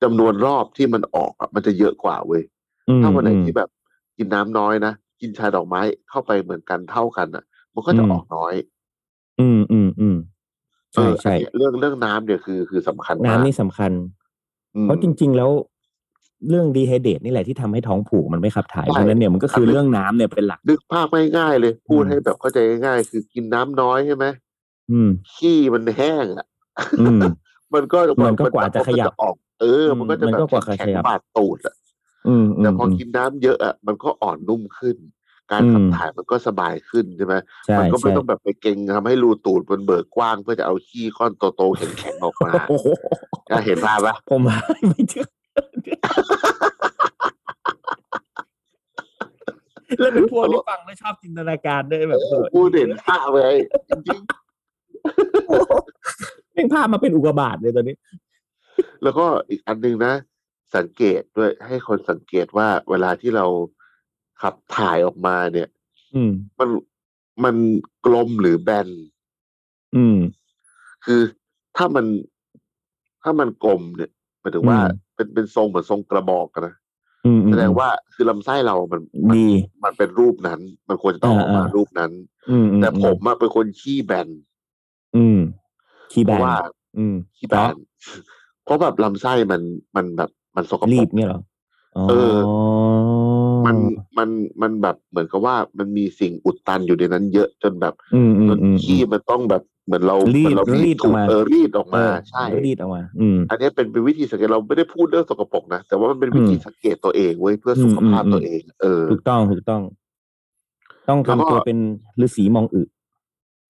จำนวนรอบที่มันออกอะมันจะเยอะกว่าเว้ย อืม ถ้าวันไหนที่แบบกินน้ำน้อยนะกินชาดอกไม้เข้าไปเหมือนกันเท่ากันอ่ะ มันก็จะ อืม ออกน้อย อืมอืมอืมใช่ เออ ใช่ อันเนี้ยเรื่องเรื่องน้ำเนี่ยคือคือสำคัญมาก น้ำนี่สำคัญ อืม เพราะจริง ๆ แล้วเรื่องดีไฮเดตนี่แหละที่ทำให้ท้องผูกมันไม่ขับถ่าย ใช่ เพราะฉะนั้นเนี่ยมันก็คือเรื่องน้ำเนี่ยเป็นหลัก นึกภาพง่ายๆเลย พูด อืม ให้แบบเข้าใจง่ายๆคือกินน้ำน้อยใช่ไหม อืม ขี้มันแห้งอ่ะ อืม มันก็ มันก็กว่าจะขยับ ออก เออ มันก็จะ มัน แบ ก็ บ กว่าจะ แข็ ข ง ยับ บาดตูดอ่ะ อืมม แต่พออ ม กินน้ำเยอะอ่ะมันก็อ่อนนุ่มขึ้น การขับ อืม ถ่ายมันก็สบายขึ้นใช่ไหม ใช่ มันก็ไม่ ใช่ ต้องแบบไปเก่งทำให้รูตูดมันเบิกกว้างเพื่อจะเอาขี้ก้อนโตๆแข็งๆออกมา โอ้โห อ่ะเห็นภาพปะ ผมไม่เชื่อแล้วเป็นพวกที่ฟังแล้วชอบจินตนาการด้วยแบบโอ้ พูดเห็นภาพเลยจริง โหเป็นภาพมาเป็นอุกกาบาตเลยตอนนี้ ๆแล้วก็อีกอันหนึงนะ สังเกตด้วยให้คนสังเกตว่าเวลาที่เราขับถ่ายออกมาเนี่ย อืม มันมันกลมหรือแบน อืม คือถ้ามันถ้ามันกลมเนี่ยหมายถึงว่า อืม เป็นเป็นทรงเหมือนทรงกระบอกอะนะ อืมอืม แสดงว่าคือลำไส้เรามันมัน ดี มันเป็นรูปนั้น มันควรจะต้องออกมา อ่าๆ รูปนั้น อืมอื แต่ผมอะเป็นคนขี้แบน อืมคีย์ เพ แบน ราะว่า อืม ที่บ้านเพราะแบบลำไส้มันมันแบบมันสกปรก รีบเนี่ยเหรอ เออ อ มันมันมันแบบเหมือนกับว่ามันมีสิ่งอุดตันอยู่ในนั้นเยอะจนแบบ อืมอื จ ม น อืม ขี้มันต้องแบบเหมือนเรา รีด เหมือนเรา รีดออกมา เออรีดออก เอ มา อ ใช่ รีดออกมา อืม อันเนี้ยเป็นเป็นวิธีสังเกตเราไม่ได้พูดเรื่องสกปรกนะแต่ว่ามันเป็นวิธี อืม สังเกตตัวเองเว้ยเพื่ออ ม สุขภาพ อืม ตัวเอง เออ ถูกต้องถูกต้อง ต้อง แล้วก็ ทำตัวเป็นฤาษีมองอึ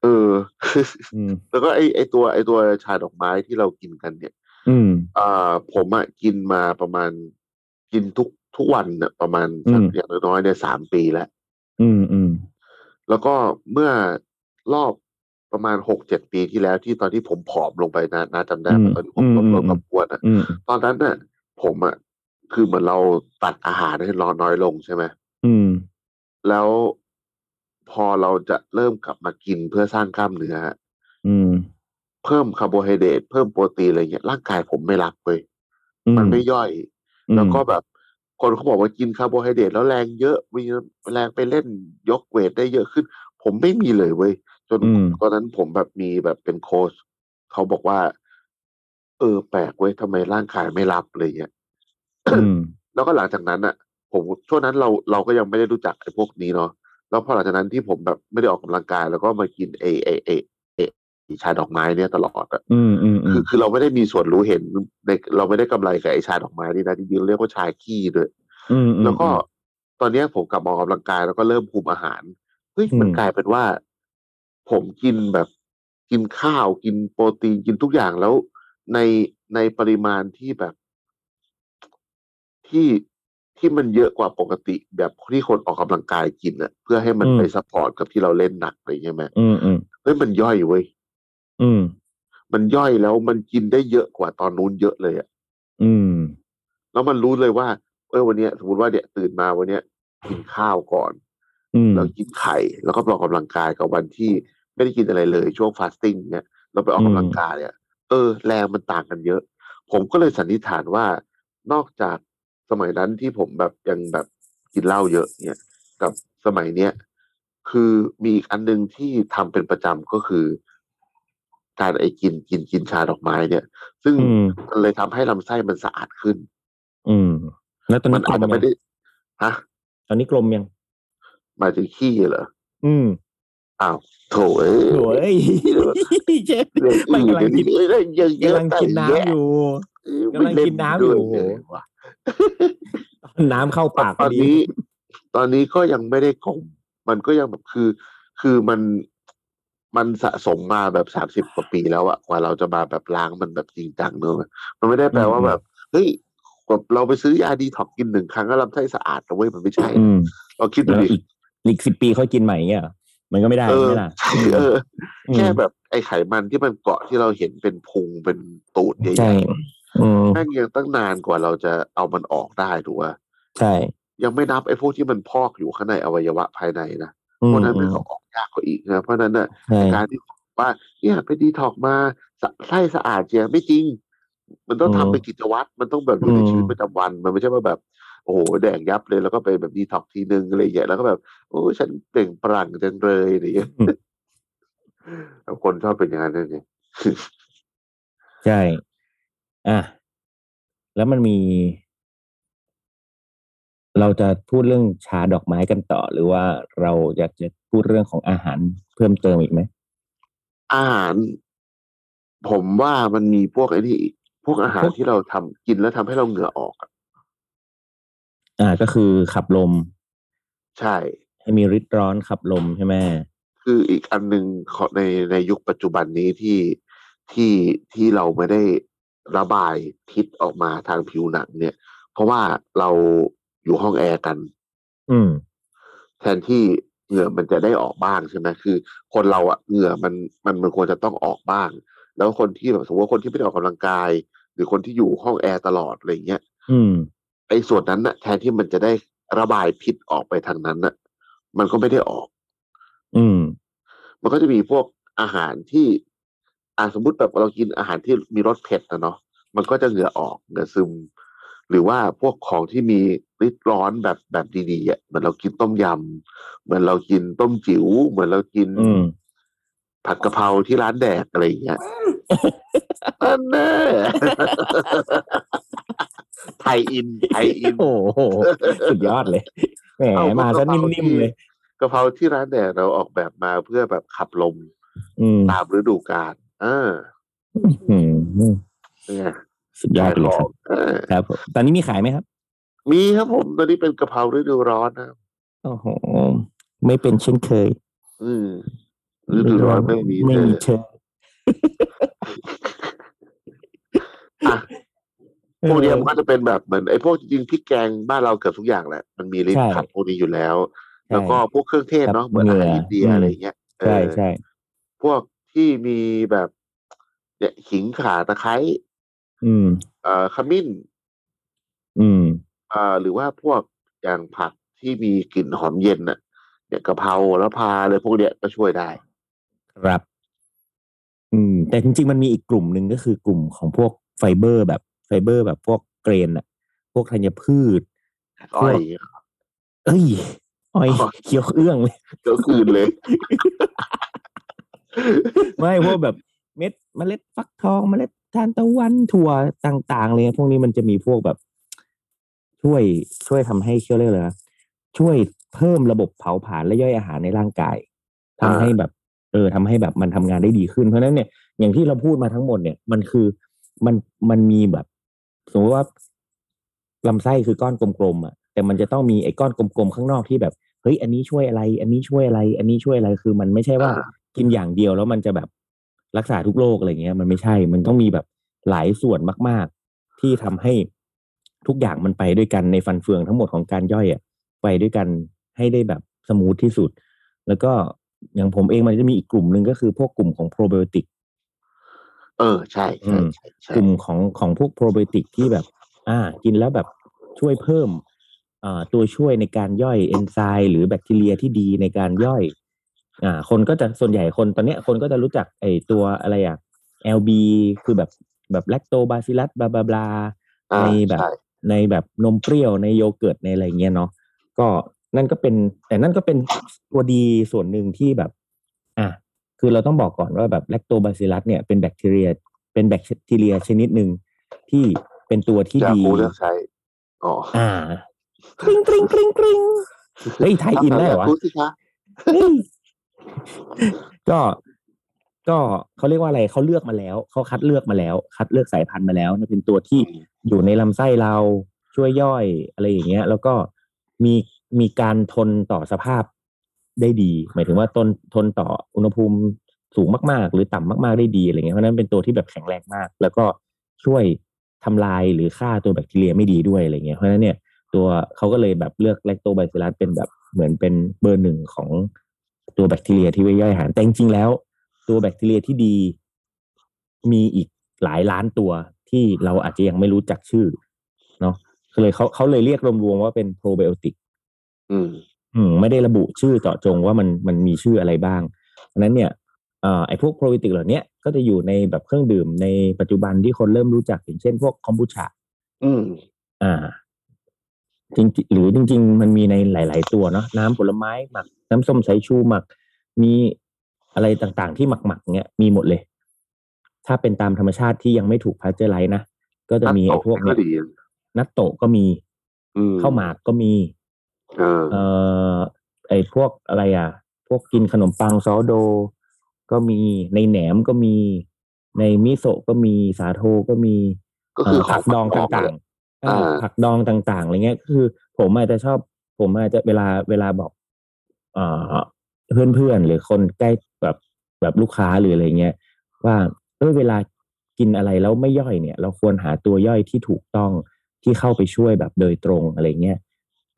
เออ อืม แล้วก็ไอไอตัวไอตัวชาดอกไม้ที่เรากินกันเนี่ย อืม อ่าผมอะกินมาประมาณกินทุกทุกวันน่ะประมาณสัก อืม อย่างน้อยๆเนี่ยสามปีแล้ว อืมอืม แล้วก็เมื่อรอบประมาณหกเจ็ดปีที่แล้วที่ตอนที่ผมผอมลงไปนะนะจำได้ไหมตอนที่ผมลดลงกับปวดอ่ะ อืม ตอนนั้นน่ะ ผมอ่ะคือเหมือนเราตัดอาหารให้รอนน้อยลงใช่ไหม อืม แล้วพอเราจะเริ่มกลับมากินเพื่อสร้างกล้ามเนื้อฮะ อืม เพิ่มคาร์โบไฮเดรตเพิ่มโปรตีนอะไรเงี้ยร่างกายผมไม่รับเว้ย อื มันไม่ย่อย อืม แล้วก็แบบ คนเขาบอกว่ากินคาร์โบไฮเดรตแล้วแรงเยอะมีแรงไปเล่นยกเวทได้เยอะขึ้น ผมไม่มีเลยเว้ยจน อืม ตอนนั้นผมแบบมีแบบเป็นโค้ชเขาบอกว่า เออ แปลกเว้ยทำไมร่างกายไม่รับอะไรเงี้ย อืม แล้วก็หลังจากนั้นอะผมช่วงนั้นเราเราก็ยังไม่ได้รู้จักไอ้พวกนี้เนาะแล้วพอหลังจากนั้นที่ผมแบบไม่ได้ออกกำลังกาย แล้วก็มากินไอ้ไอ้ไอ้ไอ้ไอ้ชาดอกไม้เนี่ยตลอดอะ อืมอืมอื คือ ม คือเราไม่ได้มีส่วนรู้เห็นในเราไม่ได้กำไรกับไอ้ชาดอกไม้นี่นะจริงๆเรียกว่าชาขี้ด้วย อืม แล้วก็ตอนเนี้ยผมกลับมาออกกำลังกายแล้วก็เริ่มคุมอาหารเฮ้ย อืม มันกลายเป็นว่า ผมกินแบบกินข้าวกินโปรตีนกินทุกอย่างแล้ว ในในปริมาณที่แบบที่ที่มันเยอะกว่าปกติ แบบที่คนออกกำลังกายกินอะเพื่อให้มันไปซัพพอร์ตกับที่เราเล่นหนักอะไรใช่ไหม อืมอืม เฮ้ยมันย่อยเว้ย อืม มันย่อยแล้วมันกินได้เยอะกว่าตอนนู้นเยอะเลยอะ อืม แล้วมันรู้เลยว่า เออวันเนี้ยสมมติว่าเนี่ยตื่นมาวันเนี้ยกินข้าวก่อน อืม แล้วกินไข่แล้วก็ไปออกกำลังกายกับวันที่ไม่ได้กินอะไรเลยช่วงฟาสติ้งเนี่ยเราไปออกกำลังกายเนี่ยเออแรงมันต่างกันเยอะ ผมก็เลยสันนิษฐานว่านอกจากสมัยนั้นที่ผมแบบยังแบบกินเหล้าเยอะเนี่ยกับสมัยเนี้ยคือมีอีกอันหนึงที่ทำเป็นประจำก็คือ การไอกินกินกินชาดอกไม้เนี่ย ซึ่ง อืม มันเลยทำให้ลำไส้มันสะอาดขึ้น อืม แล้วตอน มั นี้ น กล อาจ ม จะ ยั ไม่ ง ได้ฮะ ตอนนี้กลมยัง หมายถึงขี้เหรอ อืม โถ่เอ้ย โอ้ยเชฟ เรื่อง ไม่ อื่น กำลังกิน เดี๋ยวนี้เยอะแยะ กำลังกินน้ำอยู่ กำลังกินน้ำอยู่ ไม่เล่นด้วยเลว่ะ น้ำเข้าปากพ ตอน ดี นี้ ตอนนี้ก็ยังไม่ได้กลมมันก็ยังแบบคือ คือมันมันสะสมมาแบบสามสิบกว่าปีแล้วอะกว่าเราจะมาแบบล้างมันแบบจริงจังเนอะมันไม่ได้แปลว่าแบบเฮ้ยแบบเราไปซื้อยาดีท็อกกินหนึ่งครั้งก็ลำไส้สะอาดนะเว้ยมันไม่ใช่ อืม เราคิดดู แล้ว ดิ อีกอีกสิบปีค่อยกินใหม่เงี้ยเหรอมันก็ไม่ได้ เออใช่ไหมล่ะ ใช่เอออ ม แค่แบบไอไขมันที่มันเกาะที่เราเห็นเป็นพุงเป็นตูดให ใช่ ญ่ อืม ๆแม่งยังตั้งนานกว่าเราจะเอามันออกได้ถูกป่ะ ใช่ ยังไม่นับไอพวกที่มันพอกอยู่ข้างในอวัยวะภายในนะ อื พ ม วกนั้นมันก็ออกยากกว่าอีกนะ เพราะฉะนั้นน่ะ ใช่ การที่ว่าเนี่ยไปดีท็อกมาสะไส้สะอาดเจียไม่จริง มันต้องทำ อืม เป็นกิจวัตรมันต้องแบบอยู่ใน อืม ชีวิตประจำวัน มันไม่ใช่ว่าแบบ โอ้โหแดกยับเลยแล้วก็ไปแบบดีท็อกทีนึงอะไรอย่างเงี้ยแล้วก็แบบโอ้ฉันเปล่งปลั่งจังเลยอะไรอย่างเงี้ยแต่ คนชอบเป็นอย่างนั้นนั่นเอง ใช่ อ่ะ แล้วมันมี เราจะพูดเรื่องชาดอกไม้กันต่อ หรือว่าเราอยากจะพูดเรื่องของอาหารเพิ่มเติมอีกไหม อาหาร ผมว่ามันมีพวกไอ้นี่อีกพวกอาหารที่เราทำกินแล้วทำให้เราเหงื่อออกอะ อ่า ก็คือขับลม ใช่ ให้มีริดร้อนขับลมใช่ไหม คืออีกอันหนึ่งของในในยุคปัจจุบันนี้ที่ที่ที่เราไม่ได้ระบายพิษออกมาทางผิวหนังเนี่ย เพราะว่าเราอยู่ห้องแอร์กัน อืม แทนที่เหงื่อมันจะได้ออกบ้างใช่ไหมคือ คนเราอะเหงื่อมันมันมันควรจะต้องออกบ้าง แล้วคนที่แบบสมมติว่าคนที่ไม่ได้ออกกำลังกาย หรือคนที่อยู่ห้องแอร์ตลอดอะไรอย่างเงี้ย อืม ไอ้ส่วนนั้นน่ะแทนที่มันจะได้ระบายพิษออกไปทางนั้นน่ะ มันก็ไม่ได้ออก อืม มันก็จะมีพวกอาหารที่อ่าสมมติแบบเรากินอาหารที่มีรสเผ็ดนะเนาะมันก็จะเหงื่อออกเหงื่อซึม หรือว่าพวกของที่มีริดร้อนแบบแบบดีๆอ่ะเหมือนเรากินต้มยำเหมือนเรากินต้มจิ๋วเหมือนเรากิน อืม ผัดกะเพราที่ร้านแดกอะไรอย่างเงี้ยอันแน่ ไทยอินไทยอิน โอ้โห สุดยอดเลย แหม เอ้าก็ มาซะ กะเพรา นิ่ม ที่ ๆเลย กะเพราที่ร้านแดกเราออกแบบมาเพื่อแบบขับลม อืม ตามฤดูกาลเออ อืม เนี่ย สุดยอดไปเลยครับ เออ ครับผมตอนนี้มีขายไหมครับ มีครับผมตอนนี้เป็นกะเพราฤดูร้อนนะครับ โอ้โห ไม่เป็นเช่นเคย อืมฤดูร้อนไม่มี ไม่ เจอ มีเธอ อ่ะพวกเนี้ยมันก็จะเป็นแบบเหมือนไอ้พวกจริงๆพริกแกงบ้านเราเกือบทุกอย่างแหละมันมีลิ้นผัดพวกนี้อยู่แล้ว แล้วก็พวกเครื่องเทศเนาะเหมือนอาหารอินเดียอะไรเงี้ยเอ ใช่ อ ใช่ พวกที่มีแบบเนี่ยขิงข่าตะไคร้ อืม เอ่อขมิ้น อืม เอ่อหรือว่าพวกอย่างผักที่มีกลิ่นหอมเย็นน่ะเนี่ยกะเพราแล้วพาเลยพวกเนี้ยก็ช่วยได้ ครับ อืม แต่จริงๆ มันมีอีกกลุ่มหนึ่งก็คือกลุ่มของพวกไฟเบอร์แบบไฟเบอร์แบบพวกเกรนอะพวกธัญพืช อ้อย เอ้ยอ้อยเคี้ยวเอื้อง เลย ก็คืน เลย ไม่พวกแบบเม็ดเมล็ดฟักทองเมล็ดทานตะวันถั่วต่างๆอะไรเลยพวกนี้มันจะมีพวกแบบ ช่วยช่วยทำให้เชื่อเรียกเลยนะช่วยเพิ่มระบบเผาผลาญและย่อยอาหารในร่างกายทำ อ่า ให้แบบ เออทำให้แบบมันทำงานได้ดีขึ้นเพราะฉะนั้นเนี่ยอย่างที่เราพูดมาทั้งหมดเนี่ย มันคือมันมันมีแบบ สมมติว่าลำไส้คือก้อนกลมๆอ่ะ แต่มันจะต้องมีไอ้ก้อนกลมๆข้างนอกที่แบบเฮ้ยอันนี้ช่วยอะไร อันนี้ช่วยอะไร อันนี้ช่วยอะไรคือมันไม่ใช่ว่า อ่า กินอย่างเดียวแล้วมันจะแบบรักษาทุกโรคอะไรเงี้ย มันไม่ใช่ มันต้องมีแบบหลายส่วนมาก ๆ ที่ทำให้ทุกอย่างมันไปด้วยกันในฟันเฟืองทั้งหมดของการย่อยอะไปด้วยกันให้ได้แบบสมูทที่สุด แล้วก็อย่างผมเองมันจะมีอีกกลุ่มหนึ่งก็คือพวกกลุ่มของโปรไบโอติก เออใช่ใช่ใช่ใช่ กลุ่มของของพวกโปรไบโอติกที่แบบ อ่า กินแล้วแบบช่วยเพิ่มอ่าตัวช่วยในการย่อยเอนไซม์หรือแบคทีเรียที่ดีในการย่อย อ่า คนก็จะส่วนใหญ่คนตอนเนี้ยคนก็จะรู้จักไอตัวอะไรอ่ะ LB คือแบบแบบแลคโตบาซิลัสบลาบลาบลา อ่า ในแบบ ใช่ ในแบบนมเปรี้ยวในโยเกิร์ตในอะไรเงี้ยเนาะก็นั่นก็เป็น แต่นั่นก็เป็นตัวดีส่วนหนึ่งที่แบบ อ่ะคือเราต้องบอกก่อนว่าแบบแลคโตบาซิลัสเนี่ยเป็นแบคทีเรีย เป็นแบคทีเรียชนิดหนึ่งที่เป็นตัวที่ อยาก ดี รู้เรื่องใช้อ๋อ อ่า กริ๊งกริ๊งกริ๊งกริ๊งเฮ้ยไทยอินได้เหรอวะ รู้สิคะ เฮ้ย ก็ก็เขาเรียกว่าอะไรเขาเลือกมาแล้วเขาคัดเลือกมาแล้ว คัดเลือกสายพันธุ์มาแล้วเนี่ยเป็นตัวที่อยู่ในลำไส้เราช่วยย่อยอะไรอย่างเงี้ย แล้วก็มีมีการทนต่อสภาพได้ดี หมายถึงว่าทนทนต่ออุณหภูมิสูงมาก ๆ หรือต่ำมาก ๆได้ดีอะไรเงี้ยเพราะฉะนั้นเป็นตัวที่แบบแข็งแรงมาก แล้วก็ช่วยทำลายหรือฆ่าตัวแบคทีเรียไม่ดีด้วยอะไรเงี้ยเพราะฉะนั้นเนี่ย ตัวเขาก็เลยแบบเลือกแลคโตไบซิลลัสเป็นแบบเหมือนเป็นเบอร์หนึ่งของตัวแบคทีเรียที่ไว้ย่อยอาหารแต่จริงๆแล้ว ตัวแบคทีเรียที่ดี มีอีกหลายล้านตัวที่เราอาจจะยังไม่รู้จักชื่อเนาะก็เลยเขาเขาเลยเรียกรวมๆว่าเป็นโปรไบโอติก อืม อืมไม่ได้ระบุชื่อเจาะจงว่ามันมันมีชื่ออะไรบ้างเพราะฉะนั้นเนี่ยเอ่อไอ้พวกโปรไบโอติกเหล่าเนี้ยก็จะอยู่ในแบบเครื่องดื่มในปัจจุบันที่คนเริ่มรู้จักอย่างเช่นพวกคอมบูชา อืม อ่าจริงๆหรือจริง ๆ มันมีในหลาย ๆ ตัวเนาะน้ำผลไม้หมัก น้ำส้มสายชูหมัก มีอะไรต่างๆ ที่หมักๆเนี้ยมีหมดเลย ถ้าเป็นตามธรรมชาติที่ยังไม่ถูกพาสเจอร์ไลซ์นะก็จะมีไอ้พวก นัตโตะ เนี้ย ก็ดี นัตโตะก็มี อืม ข้าวหมากก็มี เออ เอ่อไอพวกอะไรอ่ะ พวกกินขนมปังซอโด ก็มีในแหนมก็มี ในมิโซะก็มีสาโทก็มี ก็คือของเผักดอง ข ต่าง เลย ๆอ่า อ่า ผักดองต่างๆอะไรเงี้ยคือ ผมอาจจะชอบ ผมอาจจะเวลาเวลาบอกเอ่อเพื่อนๆหรือคนใกล้แบบแบบลูกค้าหรืออะไรเงี้ยว่าเออเวลากินอะไรแล้วไม่ย่อยเนี่ย เราควรหาตัวย่อยที่ถูกต้องที่เข้าไปช่วยแบบโดยตรงอะไรเงี้ย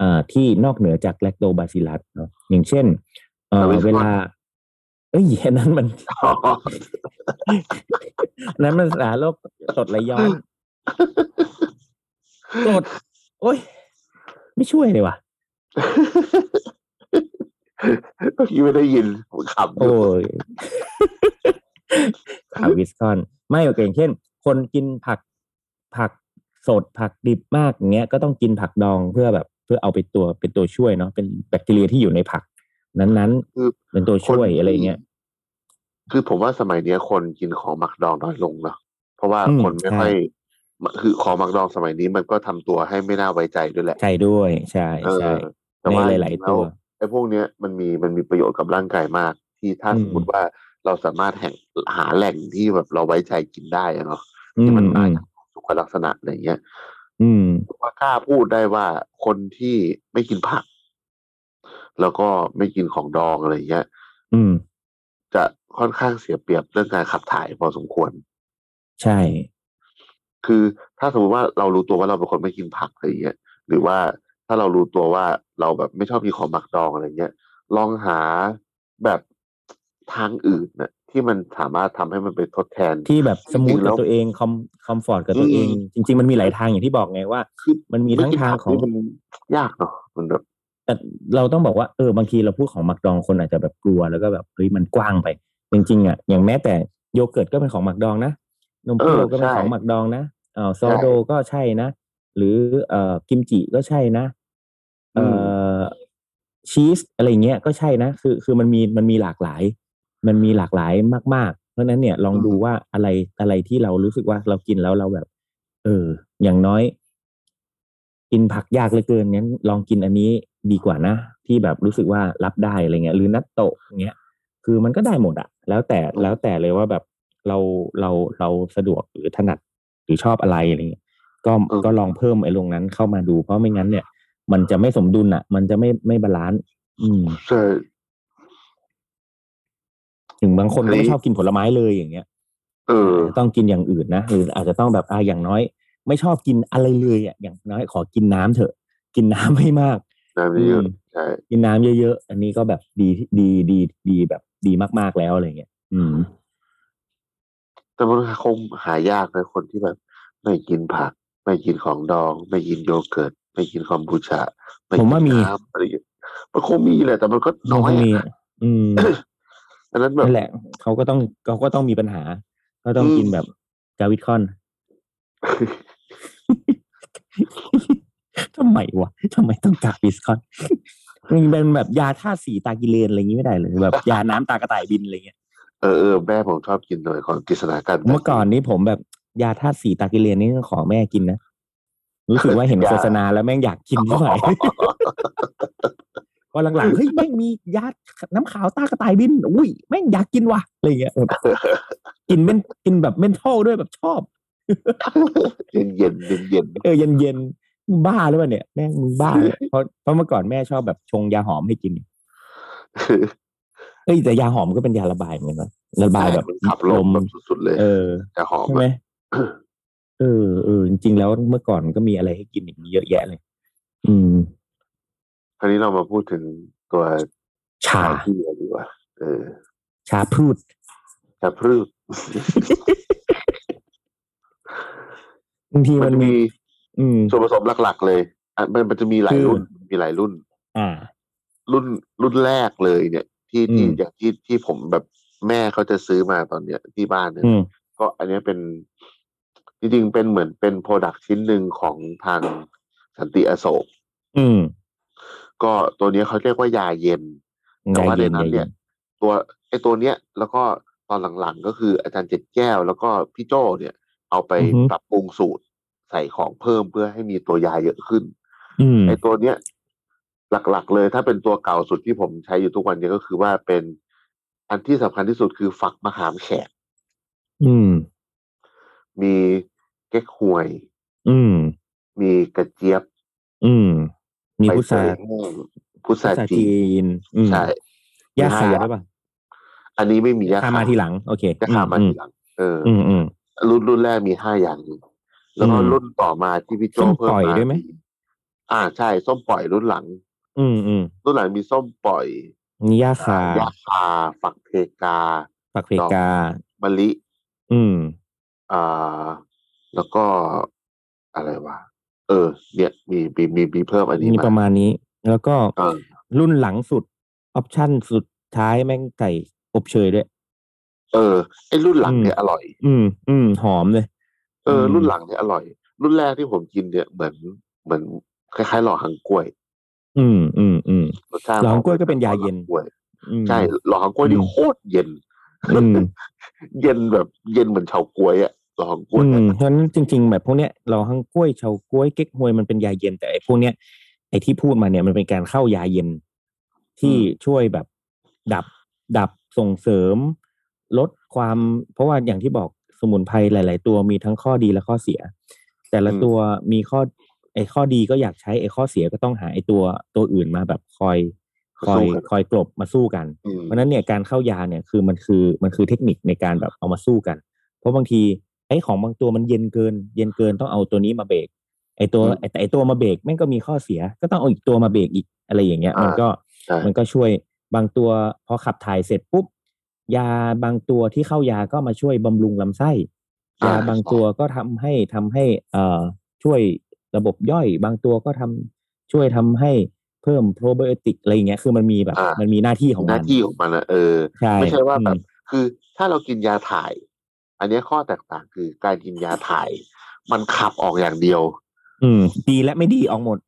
อ่าที่นอกเหนือจากแลคโตบาซิลัสเนาะอย่างเช่น เอ่อเวลา เอ้ย อันนั้นมัน นั้นมันสารโรคตดไหลย้อนตดโอ้ย ไม่ช่วยเลยว่ะ เมื่อกี้ไม่ได้ยินผมขำอ โอ้ ยู่ ยอาวิสคอน ไม่โอเคอย่างเช่น คนกินผักผักสดผักดิบมากอย่างเงี้ยก็ต้องกินผักดองเพื่อแบบ เพื่อเอาไปตัวเป็นตัวช่วยเนาะเป็นแบคทีเรียที่อยู่ในผัก นั้นๆ เป็นตัวช่วยอะไรเงี้ย คือผมว่าสมัยเนี้ยคนกินของหมักดองน้อยลงเนาะเพราะว่า อืม คนไม่ค่อใช่ยคือของหมักดองสมัยนี้มันก็ทำตัวให้ไม่น่าไว้ใจด้วยแหละ ใช่ด้วย ใช่ เอ ใช่ อ แต่ ใน ว่า หลาย จริงๆ ๆ แล้ ตัว ว ไอ้พวกเนี้ยมันมีมันมีประโยชน์กับร่างกายมาก ที่ถ้า อืสมมมติว่าเราสามารถแห่งหาแหล่งที่แบบเราไว้ใจกินได้อะเนาะ อื ที่ ม มัน อื มาม จากสุขลักษณะอะไรเงี้ย อืม ว่ากล้าพูดได้ว่าคนที่ไม่กินผัก แล้วก็ไม่กินของดองอะไรเงี้ย อืม จะค่อนข้างเสียเปรียบเรื่องการขับถ่ายพอสมควร ใช่ คือถ้าสมมติว่าเรารู้ตัวว่าเราเป็นคนไม่กินผักอะไรอย่างเงี้ย หรือว่าถ้าเรารู้ตัวว่าเราแบบไม่ชอบกินของหมักดองอะไรเงี้ย ลองหาแบบทางอื่นนะที่มันสามารถทำให้มันไปทดแทน ที่แบบสมูท จริงๆแล้ กับ ว ตัวเองคอมคอมฟอร์ตกับตัวเอง อื จริง ๆ มันมีหลายทางอย่างที่บอกไงว่า คือ มันมีทั้งทางของ ไม่กินผักนี่มันยากเนาะมันแบบ แต่เราต้องบอกว่าเออบางทีเราพูดของหมักดองคนอาจจะแบบกลัวแล้วก็แบบเฮ้ยมันกว้างไป จริงๆอ่ะอย่างแม้แต่โยเกิร์ตก็เป็นของหมักดองนะนมเปรี้ยว เออ ก็เป็น ใช่ ของหมักดองนะเอ่อซอ ใช่ โดก็ใช่นะ หรือเอ่อกิมจิก็ใช่นะเอ่ อื อชีสอะไรเงี้ยก็ใช่นะ คือคือมันมีมันมีหลากหลาย มันมีหลากหลายมาก ๆ เพราะฉะนั้นเนี่ยลองดูว่าอะไรอะไรที่เรารู้สึกว่าเรากินแล้วเราแบบ เออ อย่างน้อย กินผักยากเหลือเกินงั้นลองกินอันนี้ดีกว่านะ ที่แบบรู้สึกว่ารับได้อะไรเงี้ย หรือนัตโตะเงี้ย คือมันก็ได้หมดอะแล้วแต่แล้วแต่เลยว่าแบบเราเราเราสะดวกหรือถนัดหรือชอบอะไรอะไรเงี้ยก็ เออ ก็ลองเพิ่มไอ้ลงนั้นเข้ามาดู เพราะไม่งั้นเนี่ย มันจะไม่สมดุลอะมันจะไม่ไม่บาลานซ์อืม ใช่ ถึงบางคนก็ เฮ้ ไม่ ย ชอบกินผลไม้เลยอย่างเงี้ย เออ ต้องกินอย่างอื่นนะหรืออาจจะต้องแบบอ่าอย่างน้อย ไม่ชอบกินอะไรเลยอ่ะอย่างน้อยขอกินน้ำเถอะ กินน้ำให้มาก น้ำเยอะ อืม ใช่ กินน้ำเยอะๆอันนี้ก็แบบดีดีดีดีแบบดีมากๆแล้วอะไรเงี้ยอืม แต่มันคงหายากนะคนที่แบบ ไม่กินผัก ไม่กินของดอง ไม่กินโยเกิร์ต ไม่กินคอมบูชาไกิน ผมว่ามี น้ำอะไรอย่างเงี้ยมันคงมีแหละแต่มันก็น้อย มั อะ มีอืม อันนั้นแบบ นั่นแหละเขาก็ต้องเขาก็ต้องมีปัญหา ก็ต้องกินแบบกาวิดคอน ทำไมวะทำไมต้องกาวิดคอนมันเป็นแบบยาธาตุสีตากิเลนอะไรอย่างนี้ไม่ได้เลยแบบยาน้ำตากระต่ายบินอะไรเงี้ย เออเออแม่ผมชอบกินหน่อยของกิษณาการ เมื่อก่อนนี้ผมแบบยาธาตุสีตากิเลนนี่ขอแม่กินนะ รู้สึกว่าเห็น ยา โฆษณาแล้วแม่งอยากกินที่ไหน พอหลังๆเฮ้ยแม่งมียาน้ำขาวตากระต่ายบิน อุ้ยแม่งอยากกินว่ะอะไรเงี้ยแบบกินเม่นกินแบบเมนทัลด้วยแบบชอบ เย็นเย็นเย็นเย็น เออเย็นเย็นๆมึงบ้าหรือเปล่าเนี่ยแม่งมึงบ้าเนี่ยเพราะเพราะเมื่อก่อนแม่ชอบแบบชงยาหอมให้กินเอ้ยแต่ยาหอมก็เป็นยาระบายเหมือนกันนะระบายแบบ มันขับลม แบบสุดๆเลย เออ แต่หอม ใช่ไหม อะ เออเออจริงๆ แล้วเมื่อก่อนก็มีอะไรให้กินอย่างนี้เยอะแยะเลย อืม คราวนี้เรามาพูดถึงตัว ชา ที่กันดีกว่าเออ ชาพืช ชาพรืช บางที มั มัน นมี มี อืม ส่วนผสมหลัก ๆ เลยอ่ะมันมันจะมีหลาย คือ รุ่นมีหลายรุ่น อ่า รุ่นรุ่นแรกเลยเนี่ย ที่ที่ อืม อย่างที่ที่ผมแบบแม่เขาจะซื้อมาตอนเนี้ยที่บ้านเนี่ย อืม ก็อันเนี้ยเป็นจริงๆเป็นเหมือนเป็นโปรดักชิ้นหนึ่งของทางสันติอโศก อืม ก็ตัวเนี้ยเขาเรียกว่ายาเย็น แต่ว่าในนั้นเนี่ย ตัวไอ้ตัวเนี้ย แล้วก็ตอนหลังๆก็คืออาจารย์เจ็ดแก้ว แล้วก็พี่โจ้เนี่ย เอาไปปรับปรุงสูตรใส่ของเพิ่มเพื่อให้มีตัวยาเยอะขึ้น อืม ไอ้ตัวเนี้ย หลักๆเลยถ้าเป็นตัวเก่าสุดที่ผมใช้อยู่ทุกวันเนี้ก็คือว่าเป็นอันที่สำคัญที่สุดคือฝักมะขามแขก อืม มีเก๊กฮวย อืม มีกระเจี๊ยบ อืม มี ใบ พุท เต ราย แห้งพุท พุ รา ทรา จี จี น น อืม ใช่ ยา มี ขา ห้า ได้ป่ะ อันนี้ไม่มียา ขามาทีหลัง โอเค ยาขามาทีหลังเอออ อืมอืม รุ่นรุ่นแรกมีห้าอย่าง แล้วก็ อืม รุ่นต่อมาที่พี่โจ ส้ม เพิ่ม ปล่อย มา ด้วยไหม อ่าใช่ ส้มปล่อยรุ่นหลัง อืมอืม รุ่นหลังมีส้มปล่อย มียาขาย าคาฝักเพกา ปักเพกา มะลิ อืม อ่า แล้วก็อะไรวะเออ เนี่ยมีมีมีมีเพิ่มอันนี้ มีประ มา มาณนี้ แล้วก็ เออ รุ่นหลังสุด ออปชั่นสุดท้ายแม่งไก่อบเชยด้วย เออไอรุ่นหลัง อืม เนี่ยอร่อย อืม อืม หอมเลย เอออ ม รุ่นหลังเนี่ยอร่อย รุ่นแรกที่ผมกินเนี่ยเหมือนเหมือนคล้ายๆหล่อหางกล้วย อืม อืม อืม รสชาติ หล่อหางกล้วยก็เป็นยาเย็น หล่อหงกล้วย อืม ใช่หล่อหางกล้วยนี่ อืม โคตรเย็น อืม เย็นแบบเย็นเหมือนเฉาก๊วยอะหลองก๊ อื วย ม อะ เพราะฉะนั้นจริง ๆ แบบพวกเนี้ยเราทั้งกล้วยเฉาก้วยเก๊กฮวยมันเป็นยาเย็นแต่ไอ้พวกเนี้ยไอ้ที่พูดมาเนี่ยมันเป็นการเข้ายาเย็น ที่ช่วยแบบดับดับส่งเสริม ลดความ เพราะว่าอย่างที่บอกสมุนไพรหลาย ๆ ตัวมีทั้งข้อดีและข้อเสีย แต่ละตัวมีข้อไอ้ข้อดีก็อยากใช้ไอ้ข้อเสียก็ต้องหาไอ้ตัวตัวอื่นมาแบบคอยคอยคอยกลบมาสู้กัน อืม เพราะฉะนั้นเนี่ยการเข้ายาเนี่ยคือมันคือมันคือเทคนิคในการแบบเอามาสู้กัน เพราะบางทีไอ้ของบางตัวมันเย็นเกิน เย็นเกินต้องเอาตัวนี้มาเบรกไอ้ตัวไอ้แต่ไอ้ตัวมาเบรกแม่งก็มีข้อเสีย ก็ต้องเอาอีกตัวมาเบรกอีกอะไรอย่างเงี้ย มันก็ ใช่ มันก็ช่วยบางตัวพอขับถ่ายเสร็จปุ๊บยาบางตัวที่เข้ายาก็มาช่วยบำรุงลำไส้ยาบางตัวก็ทำให้ทำให้เอ่อช่วยระบบย่อย บางตัวก็ทำช่วยทำให้เพิ่มโปรไบโอติกอะไรอย่างเงี้ยคือมันมีแบบมันมีหน้าที่ของ ห มั น้าน ที่ของมันอะเออ ใช่ ไม่ใช่ว่าแบบ อืม คือถ้าเรากินยาถ่าย อันเนี้ยข้อแตกต่างคือการกินยาถ่าย มันขับออกอย่างเดียว อืม ดีและไม่ดีออกหมด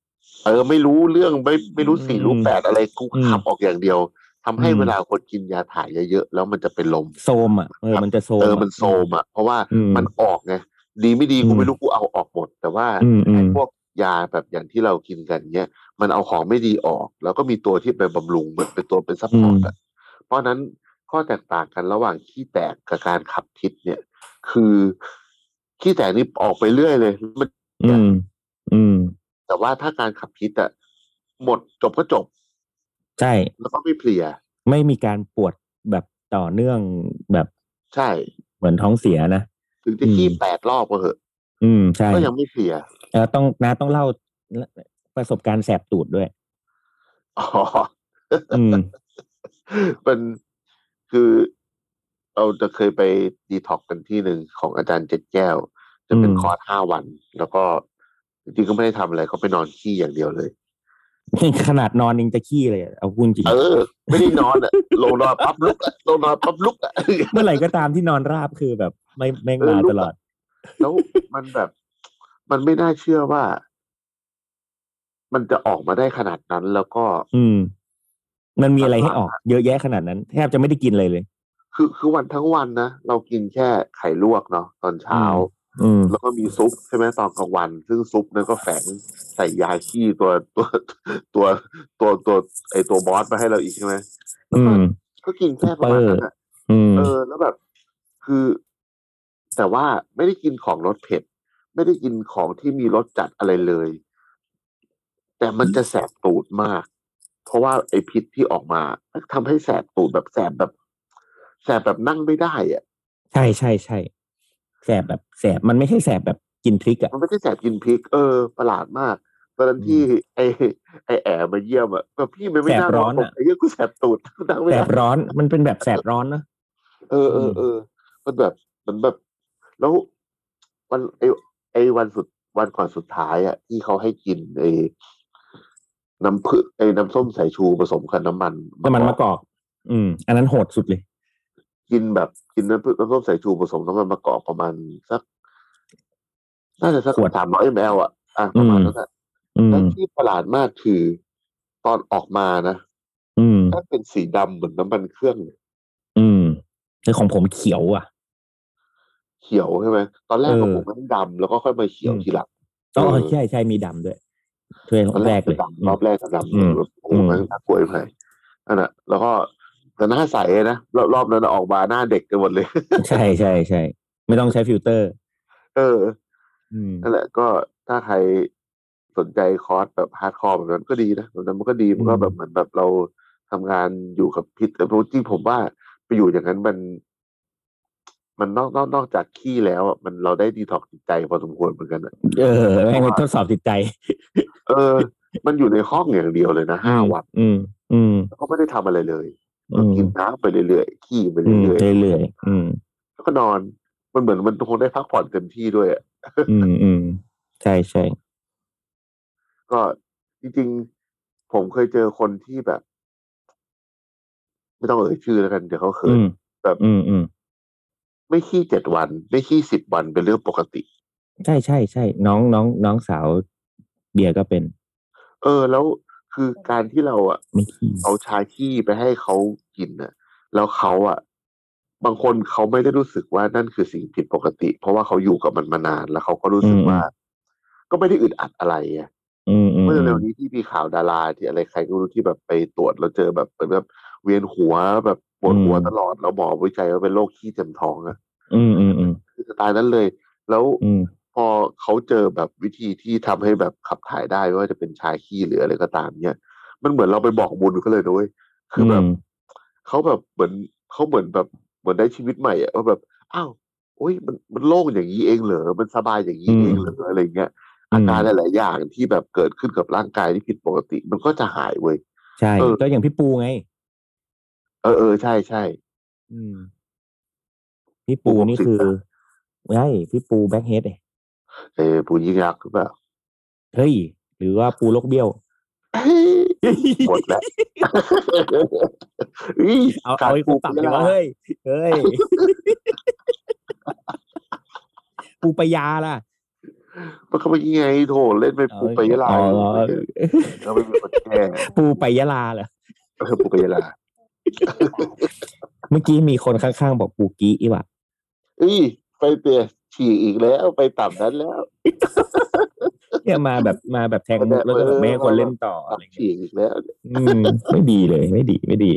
เออ ไม่รู้เรื่องไม่ไม่รู้สี่ อืม รู้แปดอะไรกู อืม ขับออกอย่างเดียวทำให้ อืม เวลาคนกินยาถ่ายเยอะๆแล้วมันจะเป็นลม โซมอ่ะเออมันจะโซเออมะ มันโซมอ่ะ เพราะว่า อืม มันออกไงดีไม่ดี อืม กูไม่รู้กูเอาออกหมด แต่ว่า อืมอื ไอ้ ม พวกยาแบบอย่างที่เรากินกันเนี้ยมันเอาของไม่ดีออก แล้วก็มีตัวที่ไปบำรุงเหมือนเป็นตัวเป็นซัพพอร์ตอะเพราะฉะนั้นข้อแตกต่างกันระหว่างขี้แตกกับการขับพิษเนี่ย คือขี้แตกนี่ออกไปเรื่อยเลยมัน อืมอืม แต่ว่าถ้าการขับพิษอะหมดจบก็จบ ใช่ แล้วก็ไม่เพลีย ไม่มีการปวดแบบต่อเนื่องแบบ ใช่ เหมือนท้องเสียนะ ถึงจะขี้แปดรอบก็เหอะ อืม ใช่ ก็ยังไม่เพลีย เออต้องนาต้องเล่าประสบการณ์แสบตูด ด้วย อ๋อ อืม เป็นคือเราจะเคยไปดีท็อกกันที่หนึ่งของอาจารย์เจ็ดแก้ว จะเป็น อืม คอร์สห้าวัน แล้วก็จริงๆก็ไม่ได้ทำอะไรก็ไปนอนขี้อย่างเดียวเลย ขนาดนอนยังจะขี้เลยอะเอาคุณจริง เออ ไม่ได้นอนอะ ลงนอนปั๊บลุกอะลงนอนปั๊บลุกอะ เมื่อไหร่ก็ตามที่นอนราบคือแบบ ไม่แม่งเอมาอลุก ตลอด แล้วมันแบบ มันไม่น่าเชื่อว่า มันจะออกมาได้ขนาดนั้น แล้วก็ อืม มันมีอะไรให้ออก เยอะแยะขนาดนั้นแทบจะไม่ได้กินเลยเลย คือคือวันทั้งวันนะเรากินแค่ไข่ลวกเนาะตอนเช้า อืม แล้วก็มีซุปใช่ไหมตอนกลางวัน ซึ่งซุปนั้นก็แฝงใส่ยาขี้ตัวตัวตัวตัวตัวไอตัวบอสมาให้เราอีกใช่ไหมแล้ว อื ก็ ม ก็กินแค่ประมาณนั้นอะ อืม เออแล้วแบบคือ แต่ว่าไม่ได้กินของรสเผ็ด ไม่ได้กินของที่มีรสจัดอะไรเลย แต่มันจะแสบตูดมาก เพราะว่าไอพิษที่ออกมาทำให้แสบตูดแบบแสบแบบ แสบแบบนั่งไม่ได้อะ ใช่ใช่ใช่แสบแบบแสบมันไม่ใช่แสบแบบกินพริกอ่ะ มันไม่ใช่แสบกินพริก เออ ประหลาดมากตอนนั้นที่ไอไอแอบมาเยี่ยมอะแบบพี่มันไม่น่า แสบร้อน ผม อะ ไอ้เหี้ยกูแสบตูด กูนั่งไม่ แส ได้ บร้อนมันเป็นแบบแสบร้อนเนอะ เออเออ อืม เออมันแบบมันแบบ แล้ววันไอไอวันสุดวันก่อนสุดท้ายอ่ะที่เขาให้กินไอน้ำผึ้งไอน้ำส้มสายชูผสมกับน้ำมัน น้ำมันมะกอก อืม อันนั้นโหดสุดเลย กินแบบกินน้ำผึ้งน้ำส้มสายชูผสมน้ำมันมะกอกประมาณสักน่าจะสัก ขวด สามร้อยมลอ่ะอ่ะประมาณ อืม นั้นแหละ อื แล้ว ม ที่ประหลาดมากคือตอนออกมานะ อืม ถ้าเป็นสีดำเหมือนน้ำมันเครื่องเลย อืมคือของผมเขียว อ่ะ เขียวใช่ไหมตอนแรกของ เออ ผมมันดำแล้วก็ค่อยมาเขียว อืม ทีหลัง อ๋อ เออ ใช่ใช่มีดำด้วยถ้วย ตอน แร แรก กเลย ดำ อื รอ ม บแรกก็ดำ อืม แบบโอ้โห อืม มันน่ากลัวไปนั่นแหละแล้วก็แต่หน้าใสนะรอบรอบนั้นออกมาหน้าเด็กกันหมดเลย ใช่ใช่ใช่ไม่ต้องใช้ฟิลเตอร์ เออ อืม นั่นแหละก็ถ้าใครสนใจคอร์สแบบฮาร์ดคอร์แบบนั้นก็ดีนะแบบนั้นมันก็ดีมันก็ อืม แบบเหมือนแบบเราทำงานอยู่กับพิษแต่จริงๆผมว่าไปอยู่อย่างนั้นมัน มันนอกนอกนอกจากขี้แล้วอะมันเราได้ดีท็อกซ์จิตใจพอสมควรเหมือนกันอะ เออแม่งเป็นทดสอบจิตใจ เอ อ มันอยู่ในห้องอย่างเดียวเลยนะห้าวัน อืม อืม แล้วก็ไม่ได้ทำอะไรเลย อืม กินน้ำไปเรื่อยๆขี้ไป อืม เรื่อยๆ เรื่อยๆอืม แล้วก็นอน มันเหมือนมันคงได้พักผ่อนเต็มที่ด้วยอะ อืมอืมใช่ใช่ ก็จริงๆ ผมเคยเจอคนที่แบบ ไม่ต้องเอ่ยชื่อแล้วกัน เดี๋ยวเขาเขิ อื น มอืมอืม ไม่ขี้เจ็ดวัน ไม่ขี้สิบวันเป็นเรื่องปกติ ใช่ใช่ใช่น้องน้องน้องสาวเบียร์ก็เป็น เออ แล้วคือการที่เราอะ ไม่ขี้ เอาชาขี้ไปให้เขากินน่ะ แล้วเขาอะบางคนเขาไม่ได้รู้สึกว่านั่นคือสิ่งผิดปกติ เพราะว่าเขาอยู่กับมันมานานแล้วเขาก็รู้สึกว่า ก็ไม่ได้อึดอัดอะไรอะ อืมอืม เมื่อเร็วๆนี้ที่มีข่าวดาราที่อะไรใครก็รู้ที่แบบไปตรวจแล้วเจอแบบเป็นแบบเวียนหัวแบบปวดหัวตลอดแล้วหมอวิจัยว่าเป็นโรคขี้เจ็มท้องอะ อืมอืมอืม คือสไตล์นั้นเลย แล้ว อืม พอเขาเจอแบบวิธีที่ทำให้แบบขับถ่ายได้ไม่ว่าจะเป็นชาขี้หรืออะไรก็ตามเนี่ย มันเหมือนเราไปบอกบุญเขาเลยด้วยคือแบบเขาแบบเหมือนเขาเหมือนแบบเหมือนได้ชีวิตใหม่อะว่าแบบอ้าวโอ้ยมันมันโล่งอย่างนี้เองเหรอมันสบายอย่างนี้เองเหรออะไรเงี้ย อาการหลาย ๆ อย่างที่แบบเกิดขึ้นกับร่างกายที่ผิดปกติ มันก็จะหายเว้ย ใช่ เออ ก็อย่างพี่ปูไง เออเออใช่ใช่ อืม พี่ปู ปูผม นี่ ติด คือ นะ ใช่พี่ปูแบ็คเฮดเอง เออปูยิ่งรักหรือเปล่า เฮ้ย หรือว่าปูลกเบี้ยว หมดแล้ว ย เอาเอาไอ้ ปู กูตับเลยว่าเฮ้ยเฮ้ย ปูปยาล่ะ มันเข้าไปยังไงโถเล่นไปปูไปยะลา อ๋อเหรอ เราไม่มีคนแก้ ปูปยาลาเหรอ เออปูไปยะลา เมื่อกี้มีคนข้างๆบอกปูกี้อีว่ะ เอ้ยไปเตียฉีกอีกแล้วไปต่ำนั้นแล้ว เนี่ยมาแบบมาแบบแทงมุกแล้วก็แบบไม่ให้คนเล่นต่ออะไร ต่ำ เงี้ย ฉีกอีกแล้ว อืม ไม่ดีเลย ไม่ดีไม่ดี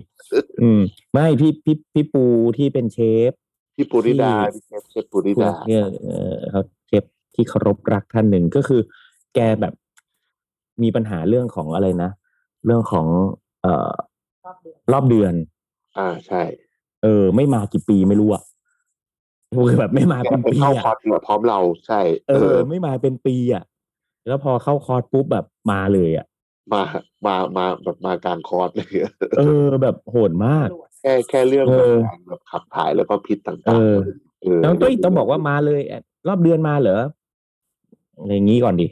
อืม ไม่พี่พี่พี่ปูที่เป็นเชฟ พี่ปูนิดาพี่เชฟเชฟปูนิ ผู้ ดา เรียกเอ่อเขาเชฟที่เคารพรักท่านหนึ่งก็คือ แกแบบมีปัญหาเรื่องของอะไรนะ เรื่องของ เอ่อรอบเดือน อ่าใช่ เออ ไม่มากี่ปีไม่รู้อะคือแบบไม่มา แก เป็น ไป ปี เข้า อะ คอร์สมาพร้อมเราใช่ เออ ไม่มาเป็นปีอะแล้วพอเข้าคอร์สปุ๊บแบบมาเลยอะ มา มา มา แบบมากลางคอร์สเลยอะ เออ แบบโหดมาก แค่แค่เรื่อง เอ แบบ อ การแบบขับถ่ายแล้วก็พิษต่างๆ เออ เออ แล้วต้องต้องบอกว่ามาเลยอะรอบเดือนมาเหรออะไรอย่างงี้ก่อน ดิ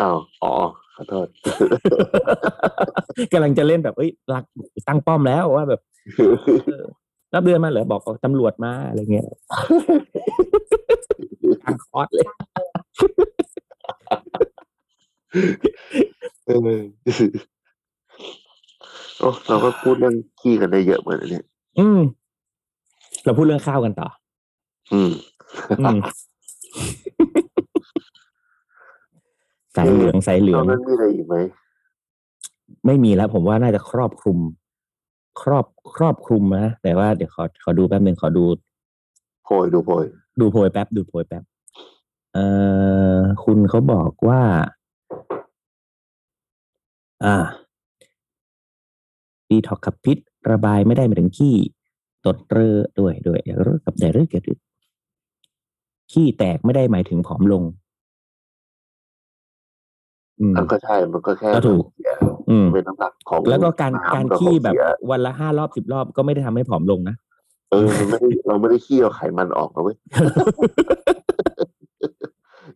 อ้าวอ๋อ ขอโทษ กำลังจะเล่นแบบเอ้ยรักตั้งป้อมแล้วว่าแบบ เออรับเดือนมาเหรอบอกเอาตำรวจมาอะไรเงี้ยทางคอร์สเลย เออโอ้เราก็พูดเรื่องขี้กันได้เยอะเหมือนกันเนี่ย อืม เราพูดเรื่องข้าวกันต่อ อืม อืม สายเหลืองสายเหลื ต อ อง นนั้นมีอะไรอีกไหม ไม่มีแล้ว ผมว่าน่าจะครอบคลุม ครอบครอบคลุมนะแต่ว่าเดี๋ยวขอขอดูแป๊บหนึ่งขอดู โพยดูโพย ดูโพยแป๊บ ดูโพยแป๊บ เอ่อคุณเขาบอกว่า อ่าดีท็อกขับพิษ ระบายไม่ได้หมายถึงขี้ตดเรอด้วยด้วยเรอกับแต่เรอเกิดยวขี้แตกไม่ได้หมายถึงผอมลง อืม มันก็ใช่มันก็แค่ ก็ถูก อืม เป็นน้ำหนักของ แล้วก็การ น้ำ การ บ ขี้แบบ เสีย วันละห้ารอบสิบรอบก็ไม่ได้ทำให้ผอมลงนะ เออมันไม่ได้เราไม่ได้ขี้เอาไขมันออกนะเว้ ย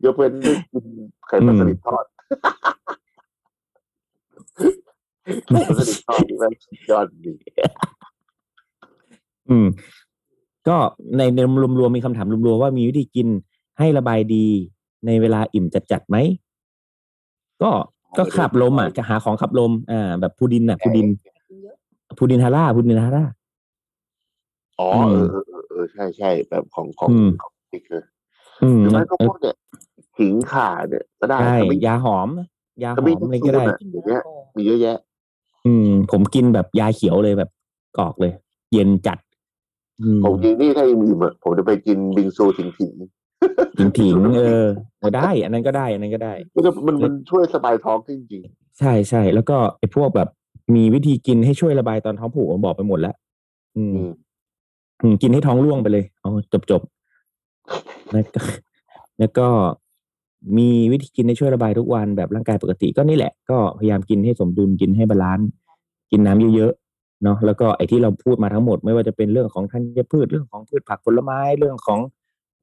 ยกเว้นได้กินไข่ปลาสลิดทอดไข่ปลาสลิดทอดนี่แม่งสุดยอดดี อืม ก็ในในรวมๆมีคำถามรวมๆว่ามีวิธีกินให้ระบายดีในเวลาอิ่มจัดๆไหมก็ก็ขับลมอ่ะจะหาของขับลม อ่า แบบพูดินอ่ะพูดินพูดินฮาร่าพูดินฮาร่า อ๋อ อืม เออเออเออเออใช่ใช่แบบของของ อืม ของนี่คือ อืม หรือไม่ก็ เอ พ อ วกเนี่ยขิงข่าเนี่ยก็ได้ ใช่ ขมิ้น ยาหอม ยาห ข อ มิ้น มอะไรก็ได้ ขมิ้น มีเยอะแยะ อืม ผมกินแบบยาเขียวเลยแบบกอกเลย เย็นจัด อืม ผมกินนี่ถ้ายังมีอีกอะผมจะไปกินบิงซูถิงถิง ถิงถิงๆเออเออได้ อันนั้นก็ได้ อันนั้นก็ได้ มันจะมันมันช่วยสบายท้องจริง ใช่ใช่แล้วก็ไอ้พวกแบบมีวิธีกินให้ช่วยระบายตอนท้องผูกผมบอกไปหมดแล้วอื ๆ ม อืม อืมกินให้ท้องร่วงไปเลยเอาจบจบๆแล้วก็ แล้วก็มีวิธีกินให้ช่วยระบายทุกวันแบบร่างกายปกติก็นี่แหละก็พยายามกินให้สมดุลกินให้บาลานซ์กินน้ำเยอะๆเนาะแล้วก็ไอ้ที่เราพูดมาทั้งหมด ไม่ว่าจะเป็นเรื่องของธัญพืชเรื่องของพืชผักผลไม้เรื่องของ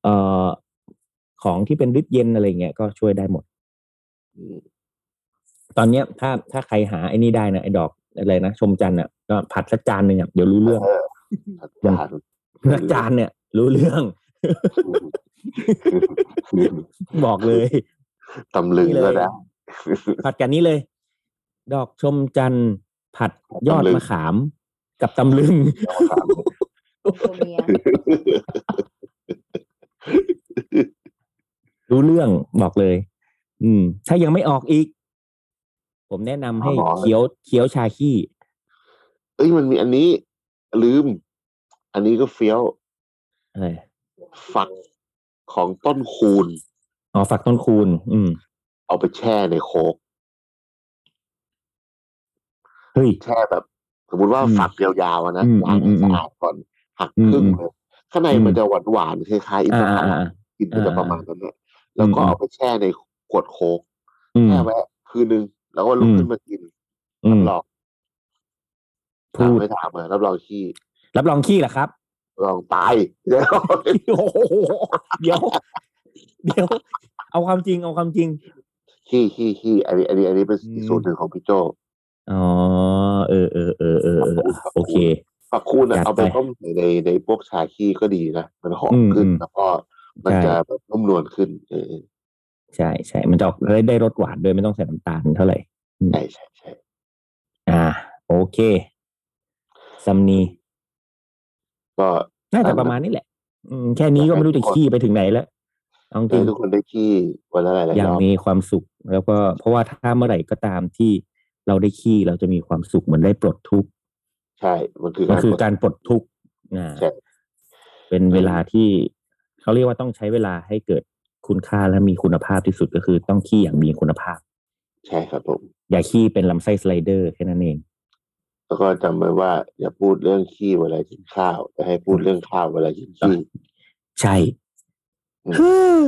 เอ่อของที่เป็นฤทธิ์เย็นอะไรเงี้ยก็ช่วยได้หมด ตอนเนี้ยถ้าถ้าใครหาไอ้นี่ได้นะไอ้ดอกอะไรนะชมจันทร์อ่ะก็ผัดสักจานหนึ่งอ่ะเดี๋ยวรู้เรื่อง จาน สักจานเนี่ย รู้เรื่อง บอกเลย ตำลึงก็ได้ ผัดกันนี้เลย ดอกชมจันทร์ผัดยอด ตำลึง มะขาม กับ ตำลึง ตัวเมีย รู้เรื่องบอกเลย อืม ถ้ายังไม่ออกอีก ผมแนะนำให้ อ๋อ เคี้ยวเคี้ยวชาขี้ เอ้ยมันมีอันนี้ลืม อันนี้ก็เฟี้ยว อะไร ฝักของต้นคูน อ๋อฝักต้นคูณ อืม เอาไปแช่ในโค้ก เฮ้ย แช่แบบ สมมติว่า อืม ฝักยาวๆอะนะ อืม ล้าง อื ให้ ม สะอาดก่อนหัก อืม ครึ่งเลยข้างใน อืม มันจะหวานๆคล้ายๆอินท อ่า ผ อ่า ลัม อ่า กินมันจะ อ่า ประมาณนั้นเนี่ยแล้วก็ อืม เอาไปแช่ในขวดโค้ก อืม แช่ไว้คืนนึง แล้วก็ลุก อืม ขึ้นมากิน อืม ลอง พู ถาม ด ไม่ถามเลยรับรองขี้ รับรองขี้เหรอครับ รับรองตายเดี๋ยว โอ้โหเดี๋ยว เดี๋ยว เอาความจริง เอาความจริง ขี้ขี้ขี้อันนี้อันนี้อันนี้เป็น อืม อีกสูตรหนึ่งของพี่โจ อ๋อ เออเออเออเออเออโอเค ฝักคูณอะ จัด เอาไป ไป ต้มใส่ในในพวกชาขี้ก็ดีนะมันหอม อืม ขึ้น อืม แล้วก็มัน ใช่ จะแบบนุ่มนวลขึ้นเออ ใช่ใช่มันจะออกได้ได้รสหวานด้วยไม่ต้องใส่น้ำตาลเท่าไหร่ ใช่ใช่ใช่ อ่า โอเคซัมนี ก็ น่าจะประมาณนี้แหละ อืมแค่นี้ก็ไม่รู้จะขี้ไปถึงไหนแล้วเอาจ ให้ ริง ทุกคนได้ขี้วันละหลาย อ ๆ ย่า รง อบ มีความสุข แล้วก็เพราะว่าถ้าเมื่อไหร่ก็ตามที่เราได้ขี้เราจะมีความสุขเหมือนได้ปลดทุกข์ ใช่ มันคือ มัน การ คือ ปลด การปลดทุกข์อ่า ใช่ เป็นเวลาที่เขาเรียกว่าต้องใช้เวลาให้เกิดคุณค่าและมีคุณภาพที่สุดก็คือต้องขี้อย่างมีคุณภาพ ใช่ครับผม อย่าขี้เป็นลำไส้สไลเดอร์แค่นั้นเอง แล้วก็จำไว้ว่า อย่าพูดเรื่องขี้เวลากินข้าวแต่ให้พูดเรื่องข้าวเวลากินขี้ ใช่ อืม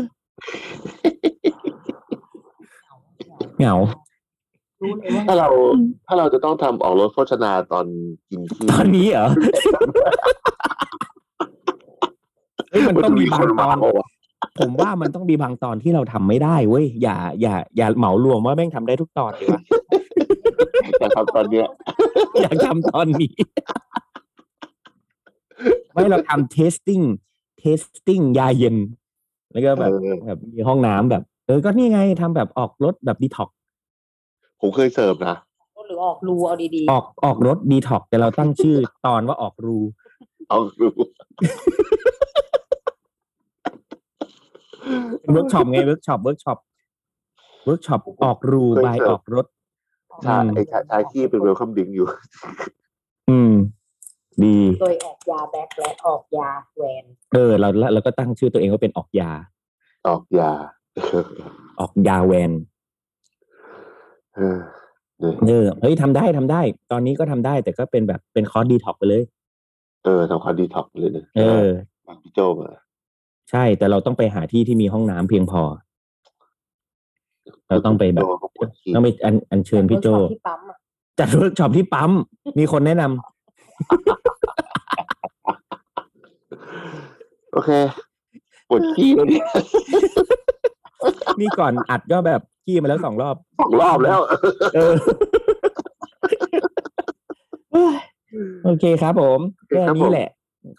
เหงา รู้เลยว่า ถ้าเราถ้าเราจะต้องทำออกรถโฆษณาตอนกินขี้ ตอนนี้เหรอ เฮ้ยมันต้องมีบางตอน เปล่าวะ ผมว่ามันต้องมีบางตอนที่เราทำไม่ได้เว้ย อย่า อย่า อย่าเหมารวมว่าแม่งทำได้ทุกตอนดีวะ แต่ครับตอนเนี้ย อยากทำตอนนี้ ไม่เราทำ testing testing ยาเย็น แล้วก็แบ เอบ อ แบบมีห้องน้ำแบบ เออ ก็นี่ไงทำแบบออกรถแบบดีท็อก ผมเคยเสิร์ฟนะ หรือออกรูเอาดี ออกออกรถดีท็อกแต่เราตั้งชื่อ ตอนว่าออกรู เอาดู เวิร์กช็อปไงเวิร์กช็อปเวิร์กช็อป เวิร์กช็อปออกรู เคย บาย เจอ ออกรถ ชา อืม ไอ้ชาชายที่เป็นเวลคัมดิงอยู่ อืม ดี โดยออกยาแบ็คและออกยาแวน เออ เราเราก็ตั้งชื่อตัวเองว่าเป็นออกยา ออกยา ออกยาแวน เออเนี่ย เออเฮ้ยทำได้ทำได้ ตอนนี้ก็ทำได้แต่ก็เป็นแบบเป็นคอร์สดีท็อกไปเลย เออทำความดีท็อกซ์เลยเนี่ย เออ ฟังพี่โจมา ใช่แต่เราต้องไปหาที่ที่มีห้องน้ำเพียงพอ เราต้องไปแบบ โจเขาปวดขี้ ต้องไปอันอัญเชิญพี่โจ เวิร์กช็อปที่ปั๊มอะ จัดเวิร์กช็อปที่ปั๊ม มีคนแนะนำ โอเคปวดขี้แล้วเนี่ย นี่ก่อนอัดก็แบบขี้มาแล้วสองรอบ สองรอบแล้ว เออ โอเคครับผม โอเค แค่ ครับผม นี้แหละ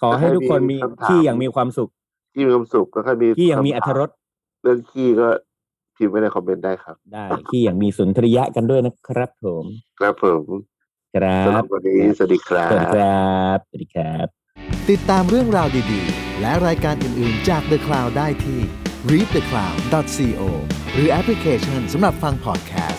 ขอให้ทุกคนมี คำถาม ขี้อย่างมีความสุข ที่มีความสุขก็ค่อยมี ขี้อย่างมีอรรถรส เรื่องขี้ก็พิมพ์ไว้ในคอมเมนต์ได้ครับ ได้ขี้อย่างมีสุนทรียะกันด้วยนะครับ ผม ครับผม ครั สำหรับ บวันนี้สวัสดีครับ สวัสดีครับสวัสดีครับ ติดตามเรื่องราวดีๆ และรายการอื่นๆจาก The Cloud ได้ที่ readthecloud.co หรือแอปพลิเคชันสำหรับฟัง podcast